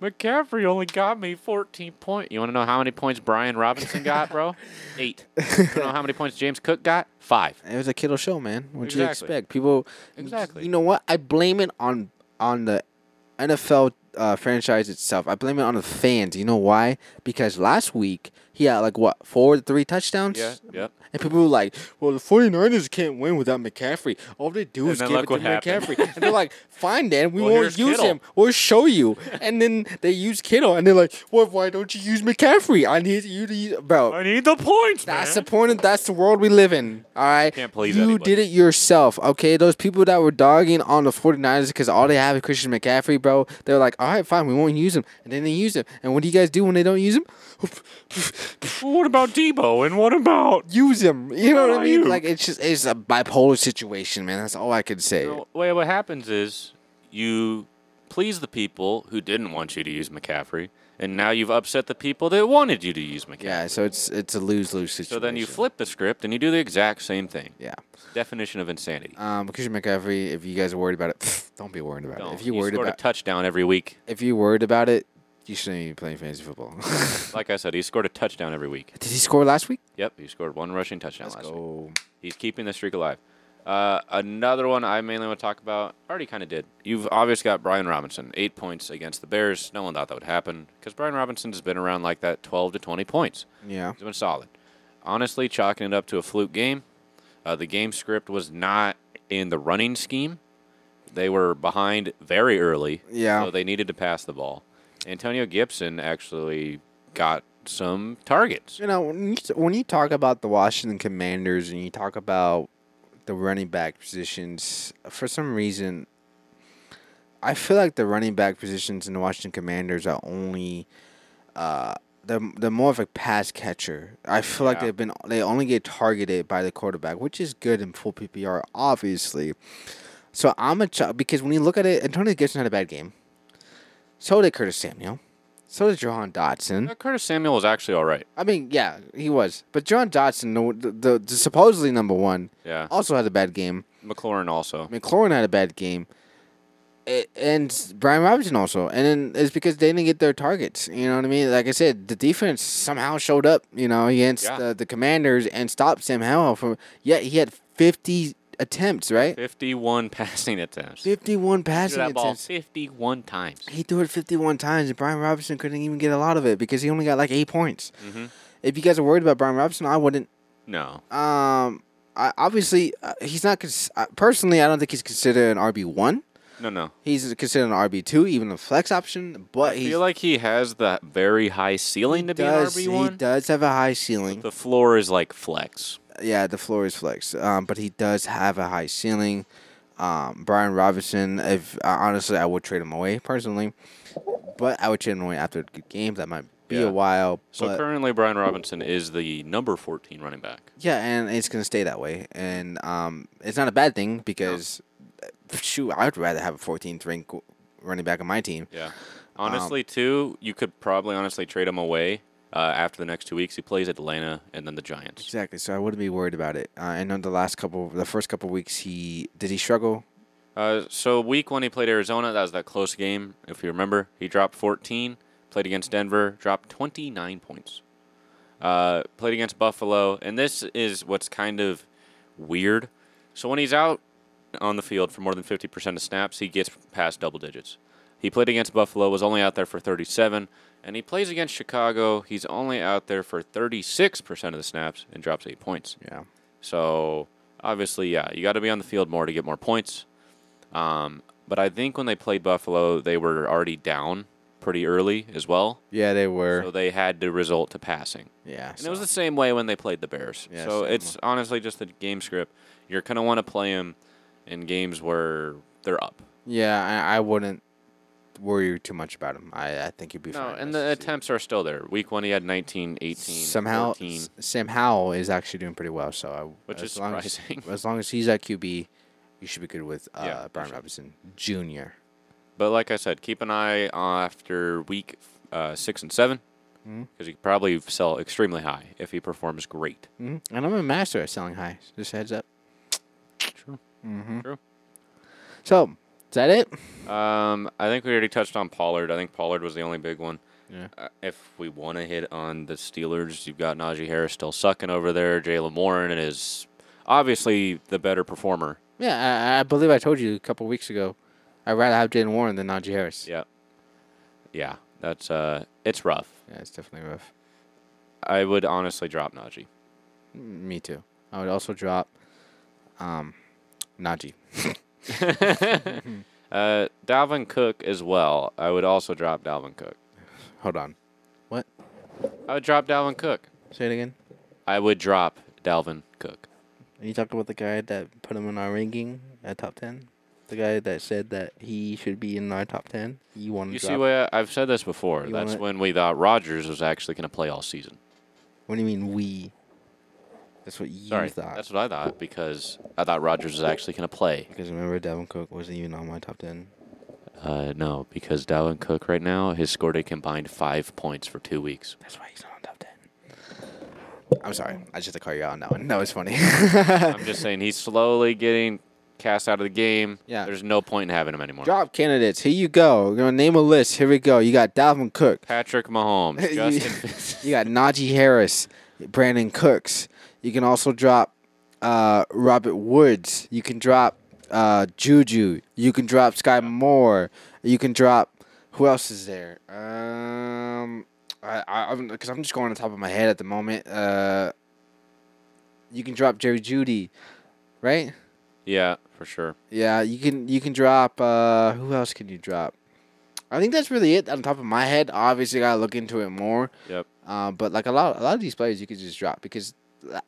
Speaker 1: McCaffrey only got me 14 points. You want to know how many points Brian Robinson got, bro?
Speaker 2: [laughs]
Speaker 1: Eight. You want to know how many points James Cook got? Five.
Speaker 2: It was a Kittle show, man. What you
Speaker 1: Exactly.
Speaker 2: expect? People,
Speaker 1: Exactly.
Speaker 2: You know what? I blame it on on the NFL uh, franchise itself. I blame it on the fans. You know why? Because last week he had like what four, three touchdowns.
Speaker 1: Yeah, yep.
Speaker 2: And people were like, well, the 49ers can't win without McCaffrey. All they do is
Speaker 1: then
Speaker 2: give it
Speaker 1: look
Speaker 2: to
Speaker 1: what happened.
Speaker 2: McCaffrey. and they're
Speaker 1: [laughs]
Speaker 2: like, fine, then we
Speaker 1: Well,
Speaker 2: won't
Speaker 1: here's
Speaker 2: use
Speaker 1: Kittle."
Speaker 2: him. We'll show you. and then they use Kittle. And they're like, well, why don't you use McCaffrey? I need you to use. Bro,
Speaker 1: need the points,
Speaker 2: That's the point. Of, that's the world we live in. All right.
Speaker 1: Can't please
Speaker 2: You
Speaker 1: anybody.
Speaker 2: did it yourself. Okay. Those people that were dogging on the 49ers because all they have is Christian McCaffrey, bro. They were like, all right, fine. We won't use him. And then they use him. And what do you guys do when they don't use him? [laughs]
Speaker 1: what about Debo? And what about?
Speaker 2: Use him. You know what I mean?
Speaker 1: Ayuk.
Speaker 2: Like, it's just, it's a bipolar situation, man. That's all I could say.
Speaker 1: Well, what happens is you please the people who didn't want you to use McCaffrey, and now you've upset the people that wanted you to use McCaffrey.
Speaker 2: Yeah. So it's it's a lose lose situation.
Speaker 1: So then you flip the script and you do the exact same thing.
Speaker 2: Yeah.
Speaker 1: Definition of insanity.
Speaker 2: Um, Christian McCaffrey, if you guys are worried about it, [laughs] don't be worried about
Speaker 1: Don't.
Speaker 2: it. If you're worried
Speaker 1: scored
Speaker 2: about
Speaker 1: a touchdown every week.
Speaker 2: if you're worried about it, you shouldn't be playing fantasy football. [laughs]
Speaker 1: Like I said, he scored a touchdown every week.
Speaker 2: Did he score last week?
Speaker 1: Yep, he scored one rushing touchdown last week. He's keeping the streak alive. Uh, another one I mainly want to talk about, already kind of did. You've obviously got Brian Robinson, eight points against the Bears. No one thought that would happen because Brian Robinson's been around like that 12 to 20 points.
Speaker 2: Yeah.
Speaker 1: He's been solid. Honestly, chalking it up to a fluke game. Uh, the game script was not in the running scheme. They were behind very early.
Speaker 2: Yeah.
Speaker 1: So they needed to pass the ball. Antonio Gibson actually got some targets.
Speaker 2: You know, when you, when you talk about the Washington Commanders and you talk about the running back positions, for some reason, I feel like the running back positions in the Washington Commanders are only. Uh, they're, they're more of a pass catcher. I feel like
Speaker 1: Yeah.
Speaker 2: they've been they only get targeted by the quarterback, which is good in full PPR, obviously. So I'm a ch- because when you look at it, Antonio Gibson had a bad game. So did Curtis Samuel. So did Johan Dotson.
Speaker 1: Now, Curtis Samuel was actually all right.
Speaker 2: I mean, yeah, he was. But John Dodson, the, the, the supposedly number one,
Speaker 1: Yeah.
Speaker 2: also had a bad game.
Speaker 1: McLaurin also.
Speaker 2: McLaurin had a bad game. A- and Brian Robinson also. And then it's because they didn't get their targets. You know what I mean? Like I said, the defense somehow showed up, you know, against
Speaker 1: Yeah.
Speaker 2: the, the commanders and stopped Sam Howell from. Yet he had 50 attempts, right?
Speaker 1: 51 [laughs] passing attempts.
Speaker 2: 51
Speaker 1: He threw
Speaker 2: passing
Speaker 1: that ball
Speaker 2: attempts.
Speaker 1: 51 times.
Speaker 2: He threw it 51 times, and Brian Robinson couldn't even get a lot of it because he only got like eight points.
Speaker 1: Mhm.
Speaker 2: If you guys are worried about Brian Robinson, I wouldn't.
Speaker 1: No.
Speaker 2: Um, I, obviously uh, he's not. Cons- uh, personally, I don't think he's considered an RB one.
Speaker 1: No, no.
Speaker 2: He's considered an RB two, even a flex option. But
Speaker 1: I
Speaker 2: he
Speaker 1: feel like he has the very high ceiling to be
Speaker 2: does
Speaker 1: an
Speaker 2: he
Speaker 1: RB1.
Speaker 2: does have a high ceiling.
Speaker 1: The floor is like flex.
Speaker 2: yeah, the floor is flex. Um, but he does have a high ceiling. Um, Brian Robinson. If uh, honestly, I would trade him away personally, but I would trade him away after good games. That might be
Speaker 1: Yeah.
Speaker 2: a while.
Speaker 1: So
Speaker 2: but-
Speaker 1: currently, Brian Robinson is the number 14 running back.
Speaker 2: Yeah, and it's gonna stay that way, and um, it's not a bad thing because, uh, shoot, I'd rather have a 14th rank running back on my team.
Speaker 1: Yeah. Honestly, too, you could probably honestly trade him away uh, after the next two weeks. He plays Atlanta and then the Giants.
Speaker 2: Exactly, so I wouldn't be worried about it. Uh, I know the last couple, the first couple weeks, he did he struggle.
Speaker 1: Uh, so week one, he played Arizona. That was that close game, if you remember. He dropped 14. Played against Denver, dropped 29 points. Uh, played against Buffalo, and this is what's kind of weird. So when he's out on the field for more than 50% of snaps, he gets past double digits. He played against Buffalo, was only out there for 37, and he plays against Chicago. He's only out there for 36% of the snaps and drops eight points.
Speaker 2: Yeah,
Speaker 1: So obviously, yeah, you got to be on the field more to get more points. Um, but I think when they played Buffalo, they were already down pretty early as well,
Speaker 2: yeah, they were.
Speaker 1: so they had to resort to passing.
Speaker 2: yeah,
Speaker 1: And it was
Speaker 2: so-
Speaker 1: the same way when they played the Bears.
Speaker 2: Yeah,
Speaker 1: so
Speaker 2: same
Speaker 1: it's honestly just the game script. You're gonna want to play them in games where they're up.
Speaker 2: yeah. I, I wouldn't worry too much about him. I, I think he'd be
Speaker 1: No,
Speaker 2: fine.
Speaker 1: and the
Speaker 2: this season.
Speaker 1: attempts are still there. Week one, he had 19, 18,
Speaker 2: somehow
Speaker 1: 14.
Speaker 2: S- Sam Howell is actually doing pretty well. So I,
Speaker 1: Which
Speaker 2: as
Speaker 1: is
Speaker 2: long as-
Speaker 1: surprising.
Speaker 2: as long as he's at QB, you should be good with uh,
Speaker 1: Yeah, you
Speaker 2: Brian
Speaker 1: should.
Speaker 2: Robinson Jr.
Speaker 1: But like I said, keep an eye on after week uh, six and seven because he could probably sell extremely high if he performs great.
Speaker 2: hmm And I'm a master at selling high. Just heads up.
Speaker 1: True.
Speaker 2: Mm-hmm.
Speaker 1: True.
Speaker 2: So is that it?
Speaker 1: Um, I think we already touched on Pollard. I think Pollard was the only big one.
Speaker 2: Yeah.
Speaker 1: Uh, if we want to hit on the Steelers, you've got Najee Harris still sucking over there. Jalen Warren is obviously the better performer.
Speaker 2: Yeah, I, I believe I told you a couple weeks ago. I'd rather have Jaden Warren than Najee Harris.
Speaker 1: Yeah. Yeah, that's uh, it's rough.
Speaker 2: Yeah, it's definitely rough.
Speaker 1: I would honestly drop Najee.
Speaker 2: M- Mm, Me too. I would also drop um, Najee.
Speaker 1: Uh, Dalvin Cook as well. I would also drop Dalvin Cook.
Speaker 2: Hold on. What?
Speaker 1: I would drop Dalvin Cook.
Speaker 2: Say it again.
Speaker 1: I would drop Dalvin Cook.
Speaker 2: Are you talking about the guy that put him in our ranking at top ten? The guy that said that he should be in our top ten. You want
Speaker 1: You
Speaker 2: to
Speaker 1: see
Speaker 2: drop?
Speaker 1: why I- I've said this before.
Speaker 2: You
Speaker 1: That's
Speaker 2: wanna-
Speaker 1: when we thought Rodgers was actually going to play all season.
Speaker 2: what do you mean we? That's what you
Speaker 1: Sorry,
Speaker 2: thought.
Speaker 1: that's what I thought because I thought Rodgers was actually going to play.
Speaker 2: Because remember, Devin Cook wasn't even on my top ten.
Speaker 1: Uh, no, because Dalvin Cook right now has scored a combined five points for two
Speaker 2: [laughs]
Speaker 1: weeks.
Speaker 2: That's why he's not on top ten. I'm sorry. I just had to call you out on that one. [laughs] No, it's funny.
Speaker 1: I'm just saying he's slowly getting cast out of the game.
Speaker 2: Yeah.
Speaker 1: there's no point in having him anymore.
Speaker 2: Drop candidates. Here you go. We're gonna name a list. Here we go. You got Dalvin Cook.
Speaker 1: Patrick
Speaker 2: [laughs]
Speaker 1: Mahomes,
Speaker 2: You-
Speaker 1: Justin.
Speaker 2: You got Najee Harris, Brandon Cooks. You can also drop uh, Robert Woods. You can drop uh, Juju. You can drop Sky Moore. You can drop. Who else is there? Um, I, I, I'm, cause I'm just going on top of my head at the moment. Uh, you can drop Jerry Judy, right?
Speaker 1: Yeah, for sure.
Speaker 2: Yeah, you can you can drop. Uh, who else can you drop? I think that's really it on top of my head. Obviously, gotta look into it more.
Speaker 1: Yep.
Speaker 2: Uh, but like a lot, a lot of these players you could just drop because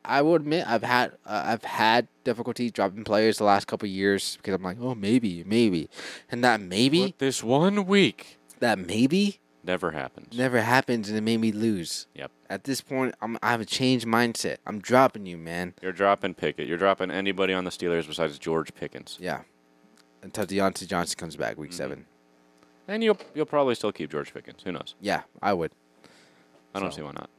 Speaker 2: I will admit I've had uh, I've had difficulty dropping players the last couple of years because I'm like, oh maybe, maybe, and that maybe
Speaker 1: But this one week
Speaker 2: that maybe
Speaker 1: never happens.
Speaker 2: never happens and it made me lose.
Speaker 1: Yep.
Speaker 2: At this point, I'm I have a changed mindset. I'm dropping you, man.
Speaker 1: You're dropping Pickett. You're dropping anybody on the Steelers besides George Pickens.
Speaker 2: Yeah. Until Deontay Johnson comes back
Speaker 1: Mm-hmm.
Speaker 2: week seven.
Speaker 1: And you'll you'll probably still keep George Pickens. Who knows?
Speaker 2: Yeah, I would.
Speaker 1: I don't
Speaker 2: So-
Speaker 1: see why not.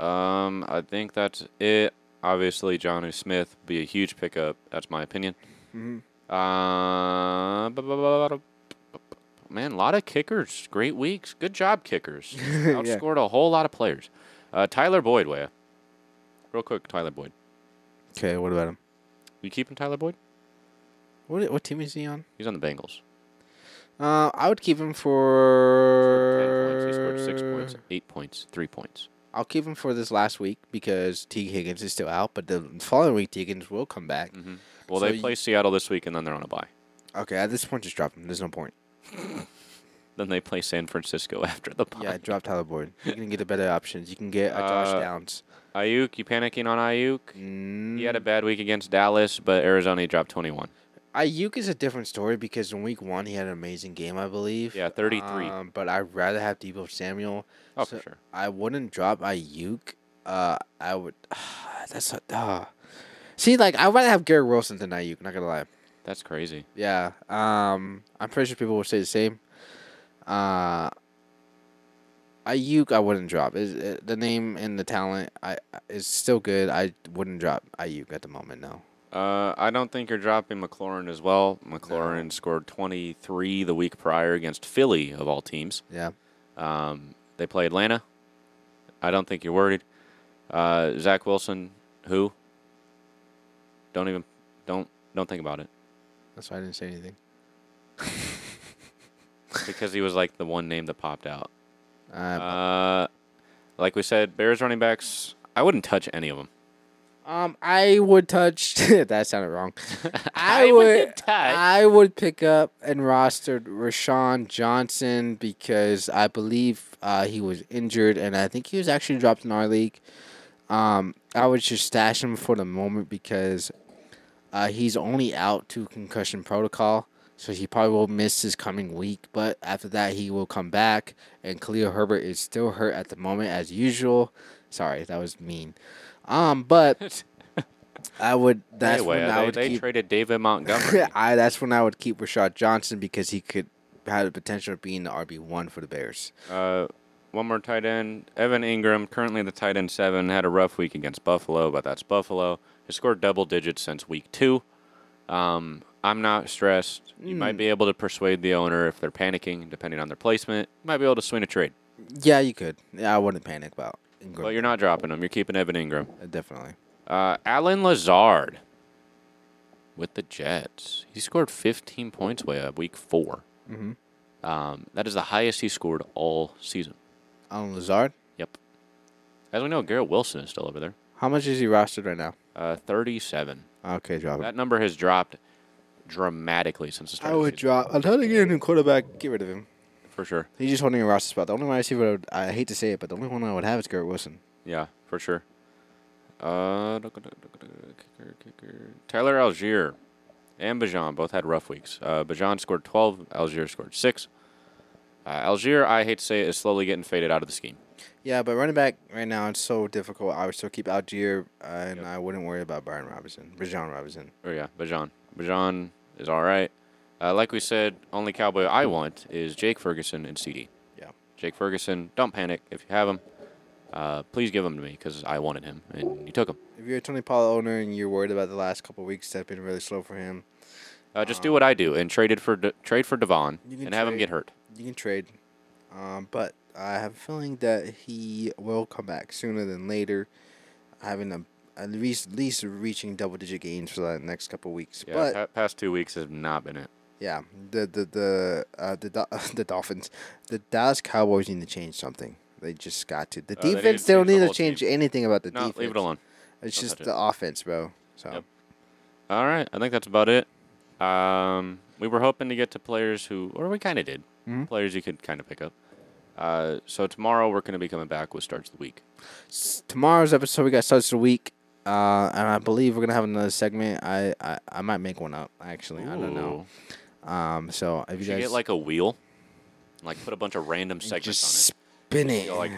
Speaker 1: Um, I think that's it. Obviously, Johnny Smith would be a huge pickup. That's my opinion.
Speaker 2: Mm-hmm.
Speaker 1: Uh, bu- bu- bu- bu- bu- bu- bu- man, a lot of kickers. Great weeks. Good job,
Speaker 2: [laughs]
Speaker 1: kickers. Outscored a whole lot of players. Uh, Tyler Boyd, way. up. Real quick, Tyler Boyd.
Speaker 2: Okay, what about him?
Speaker 1: You keeping Tyler Boyd?
Speaker 2: What what team is he on?
Speaker 1: He's on the Bengals.
Speaker 2: Uh, I would keep him
Speaker 1: Ten
Speaker 2: for.
Speaker 1: points. He scored six points, eight points, three points.
Speaker 2: I'll keep him for this last week because T. Higgins is still out, but the following week T. Higgins will come back.
Speaker 1: Well,
Speaker 2: So
Speaker 1: they
Speaker 2: you-
Speaker 1: play Seattle this week, and then they're on a bye.
Speaker 2: Okay, at this point, just drop him. There's
Speaker 1: [laughs]
Speaker 2: no point.
Speaker 1: Then they play San Francisco [laughs] after the bye.
Speaker 2: Yeah, drop Tyler Boyd. You can get the better options. You can get a Josh
Speaker 1: Uh,
Speaker 2: Downs.
Speaker 1: Ayuk, you panicking on Ayuk?
Speaker 2: Mm,
Speaker 1: He had a bad week against Dallas, but Arizona he dropped 21.
Speaker 2: Ayuk is a different story because in week one he had an amazing game, I believe.
Speaker 1: Yeah, 33.
Speaker 2: Um, but I'd rather have Debo Samuel.
Speaker 1: Oh,
Speaker 2: so
Speaker 1: for sure.
Speaker 2: I wouldn't drop Ayuk. Uh, I would. [sighs] that's a, uh. See, like I'd rather have Garrett Wilson than Ayuk. Not gonna lie.
Speaker 1: That's crazy.
Speaker 2: Yeah. Um, I'm pretty sure people will say the same. Uh, Ayuk, I wouldn't drop. Is uh, the name and the talent? I is still good. I wouldn't drop Ayuk at the moment. No.
Speaker 1: Uh, I don't think you're dropping McLaurin as well. McLaurin scored 23 the week prior against Philly, of all teams.
Speaker 2: Yeah.
Speaker 1: Um, they play Atlanta. I don't think you're worried. Uh, Zach Wilson, who? Don't even, don't, don't think about it.
Speaker 2: That's why I didn't say anything.
Speaker 1: Because he was like the one name that popped out.
Speaker 2: Uh,
Speaker 1: Uh, like we said, Bears running backs, I wouldn't touch any of them.
Speaker 2: um, I would touch. [laughs] that sounded wrong.
Speaker 1: [laughs]
Speaker 2: I,
Speaker 1: [laughs] I
Speaker 2: would.
Speaker 1: wouldn't touch.
Speaker 2: I would pick up and roster Rashawn Johnson because I believe uh, he was injured and I think he was actually dropped in our league. Um, I would just stash him for the moment because uh, he's only out to concussion protocol, so he probably will miss his coming week. But after that, he will come back. And Khalil Herbert is still hurt at the moment, as usual. Sorry, that was mean.
Speaker 1: [laughs]
Speaker 2: Um, but I would. That's
Speaker 1: anyway, uh,
Speaker 2: when
Speaker 1: they,
Speaker 2: I would
Speaker 1: they
Speaker 2: keep.
Speaker 1: traded David
Speaker 2: [laughs]
Speaker 1: Montgomery.
Speaker 2: I that's when I would keep Rashad Johnson because he could have the potential of being the RB one for the Bears.
Speaker 1: uh, one more tight end, Evan Ingram, currently the tight end seven, had a rough week against Buffalo, but that's Buffalo. He scored double digits since week two. Um, I'm not stressed. You might be able to persuade the owner if they're panicking, depending on their placement. You might be able to swing a trade,
Speaker 2: Yeah, you could. Yeah, I wouldn't panic about Ingram.
Speaker 1: but you're not dropping him. You're keeping Evan Ingram.
Speaker 2: Uh, definitely.
Speaker 1: Uh, Alan Lazard with the Jets. He scored 15 points way up week 4
Speaker 2: Mm-hmm.
Speaker 1: Um, that is the highest he scored all season.
Speaker 2: Alan Lazard.
Speaker 1: Yep. As we know, Garrett Wilson is still over there.
Speaker 2: How much is he rostered right now?
Speaker 1: Uh, 37.
Speaker 2: Okay, drop it.
Speaker 1: That number has dropped dramatically since the start
Speaker 2: I
Speaker 1: of the
Speaker 2: would
Speaker 1: season,
Speaker 2: drop. I'm trying to get a new quarterback. Get rid of him.
Speaker 1: for sure.
Speaker 2: He's just holding a roster spot. The only one I see, would, I hate to say it, but the only one I would have is Garrett Wilson.
Speaker 1: Yeah, for sure. Uh, kicker, kicker. Tyler Algier and Bajan both had rough weeks. Uh, Bajan scored 12, Algier scored 6. Uh, Algier, I hate to say it, is slowly getting faded out of the scheme.
Speaker 2: Yeah, but running back right now it's so difficult. I would still keep Algier, uh, and I wouldn't worry about Brian Robinson, Bijan Robinson.
Speaker 1: Or Oh, yeah, Bajan. Bajan is all right. Uh, like we said, only cowboy I want is Jake Ferguson and CD.
Speaker 2: Yeah.
Speaker 1: Jake Ferguson, don't panic if you have him. Uh, please give him to me because I wanted him and you took him.
Speaker 2: If you're a Tony Pollard owner and you're worried about the last couple of weeks, that's been really slow for him.
Speaker 1: Uh, just do what I do and traded for De- trade for Devon
Speaker 2: You
Speaker 1: and
Speaker 2: can
Speaker 1: have him
Speaker 2: trade-
Speaker 1: get hurt.
Speaker 2: You can trade, um, but I have a feeling that he will come back sooner than later. Having a at least at least reaching double digit gains for the next couple weeks.
Speaker 1: Yeah,
Speaker 2: but
Speaker 1: pa- past two weeks has not been it.
Speaker 2: yeah, the the the uh, the Do- [laughs] the Dolphins, the Dallas Cowboys need to change something. They just got to the
Speaker 1: Uh, they need to
Speaker 2: defense. They,
Speaker 1: change
Speaker 2: don't
Speaker 1: the
Speaker 2: need to
Speaker 1: whole
Speaker 2: change
Speaker 1: team.
Speaker 2: anything about the
Speaker 1: No,
Speaker 2: defense.
Speaker 1: leave it alone.
Speaker 2: It's
Speaker 1: Don't
Speaker 2: just
Speaker 1: touch
Speaker 2: the offense, bro. So
Speaker 1: Yep. All right, I think that's about it. Um, we were hoping to get to players who, or we kind of did,
Speaker 2: Mm-hmm.
Speaker 1: players you could kind of pick up. Uh, so tomorrow we're going to be coming back with starts of the week.
Speaker 2: s- tomorrow's episode we got starts the week, uh, and I believe we're gonna have another segment. I I, I might make one up actually. I don't know. Um, so if you
Speaker 1: Should
Speaker 2: guys
Speaker 1: get like a wheel, and, like put a bunch of random segments
Speaker 2: just
Speaker 1: on
Speaker 2: spin
Speaker 1: it.
Speaker 2: it.
Speaker 1: Go like,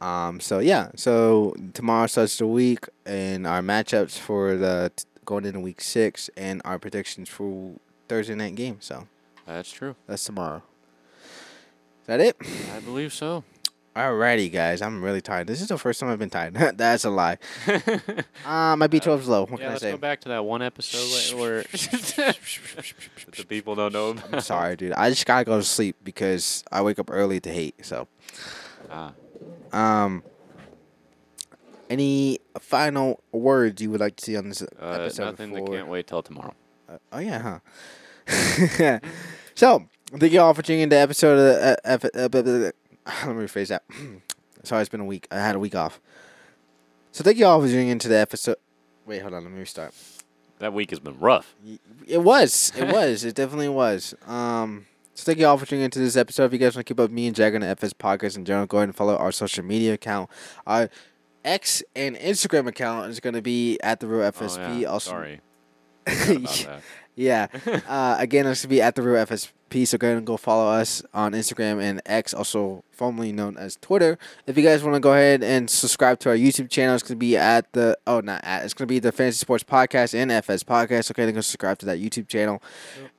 Speaker 2: Um, so yeah, so tomorrow starts the week and our matchups for the t- going into week six and our predictions for Thursday night game. So
Speaker 1: that's true.
Speaker 2: that's tomorrow. Is that it?
Speaker 1: I believe so.
Speaker 2: Alrighty, guys. I'm really tired. This is the first time I've been tired. [laughs] that's
Speaker 1: [laughs]
Speaker 2: a lie. um, my B12's low. What
Speaker 1: Yeah,
Speaker 2: can I
Speaker 1: let's go
Speaker 2: say?
Speaker 1: back to that one episode where
Speaker 2: [laughs]
Speaker 1: where- that the people don't know.
Speaker 2: I'm
Speaker 1: About.
Speaker 2: sorry, dude. I just gotta go to sleep because I wake up early to hate. So,
Speaker 1: Ah.
Speaker 2: um, any final words you would like to see on this
Speaker 1: Uh,
Speaker 2: episode?
Speaker 1: nothing. That
Speaker 2: for-
Speaker 1: can't wait till tomorrow.
Speaker 2: Oh yeah, huh? [laughs] so thank you all for tuning into episode of the. Uh, F- uh, blah, blah, blah. [clears throat] Let me rephrase that. Sorry, it's been a week. I had a week off. So thank you all for tuning into the episode. Wait, hold on. Let me restart.
Speaker 1: That week has been rough.
Speaker 2: Y- It was.
Speaker 1: [laughs]
Speaker 2: It was. it definitely was. Um. So thank you all for tuning into this episode. If you guys want to keep up with me and Jack on the FS podcast in general, go ahead and follow our social media account. Our X and Instagram account is going to be at the real
Speaker 1: Oh,
Speaker 2: FSP.
Speaker 1: yeah,
Speaker 2: Also,
Speaker 1: Sorry about
Speaker 2: [laughs]
Speaker 1: that.
Speaker 2: Yeah.
Speaker 1: [laughs]
Speaker 2: uh, again, it's going to be at the real FSP. So go ahead and go follow us on Instagram and X, also formerly known as Twitter. If you guys want to go ahead and subscribe to our YouTube channel, it's going to be at the, oh, not at, it's going to be the Fantasy Sports Podcast and FS Podcast. Okay, then go subscribe to that YouTube channel.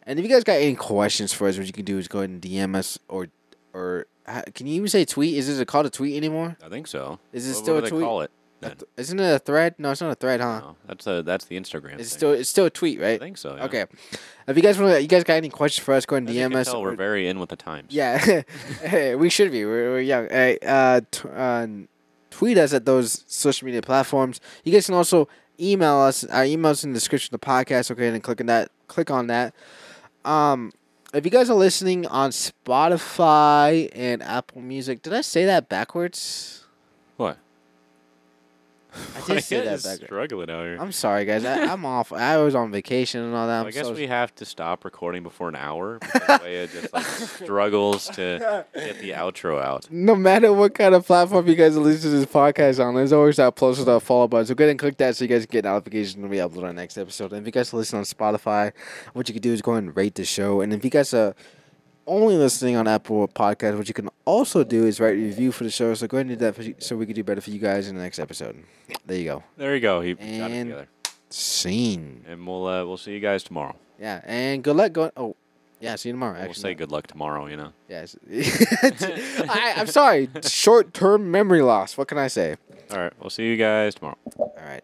Speaker 2: And if you guys got any questions for us, what you can do is go ahead and DM us or, or, ha- can you even say tweet? Is this a call to tweet anymore?
Speaker 1: I think so.
Speaker 2: Is it
Speaker 1: What-
Speaker 2: still
Speaker 1: what do
Speaker 2: a
Speaker 1: they
Speaker 2: tweet?
Speaker 1: call it?
Speaker 2: A
Speaker 1: then? Oh,
Speaker 2: th- Isn't it a thread? No, it's not a thread, huh?
Speaker 1: No, that's a, that's the Instagram.
Speaker 2: It's
Speaker 1: thing.
Speaker 2: still it's still a tweet,
Speaker 1: I
Speaker 2: right?
Speaker 1: think so. yeah.
Speaker 2: Okay. If you guys want, you guys got any questions for us? Go ahead
Speaker 1: As
Speaker 2: and
Speaker 1: you
Speaker 2: DM
Speaker 1: can
Speaker 2: us.
Speaker 1: tell,
Speaker 2: or-
Speaker 1: we're very in with the times.
Speaker 2: yeah, [laughs] hey, we should be. We're, we're young. Hey, uh, t- uh, tweet us at those social media platforms. You guys can also email us. Our email's in the description of the podcast. Okay, and click on that. Click on that. Um, if you guys are listening on Spotify and Apple Music, did I say that backwards? [laughs]
Speaker 1: What?
Speaker 2: I
Speaker 1: [laughs]
Speaker 2: did say that backwards.
Speaker 1: struggling out here.
Speaker 2: I'm sorry, guys. I, I'm off. I was on vacation and all that.
Speaker 1: Well,
Speaker 2: I'm
Speaker 1: I guess
Speaker 2: so
Speaker 1: we have to stop recording before an
Speaker 2: [laughs]
Speaker 1: hour. because Leia just like struggles to get
Speaker 2: [laughs]
Speaker 1: the outro out.
Speaker 2: no matter what kind of platform you guys listen to this podcast on, there's always that plus or that follow button. So go ahead and click that so you guys can get notifications when we upload our next episode. And if you guys listen on Spotify, what you can do is go ahead and rate the show. And if you guys are only listening on Apple Podcast, what you can also do is write a review for the show. So go ahead and do that for you, so we can do better for you guys in the next episode. There you go.
Speaker 1: There you go. He got it
Speaker 2: And-
Speaker 1: together.
Speaker 2: Scene.
Speaker 1: And we'll uh, we'll see you guys tomorrow.
Speaker 2: Yeah, and good luck going. Oh, yeah. See you tomorrow.
Speaker 1: We'll say
Speaker 2: Actually,
Speaker 1: good luck tomorrow. You know.
Speaker 2: yes. [laughs] I, I'm sorry. Short term memory loss. What can I say?
Speaker 1: All right. We'll see you guys tomorrow.
Speaker 2: All right.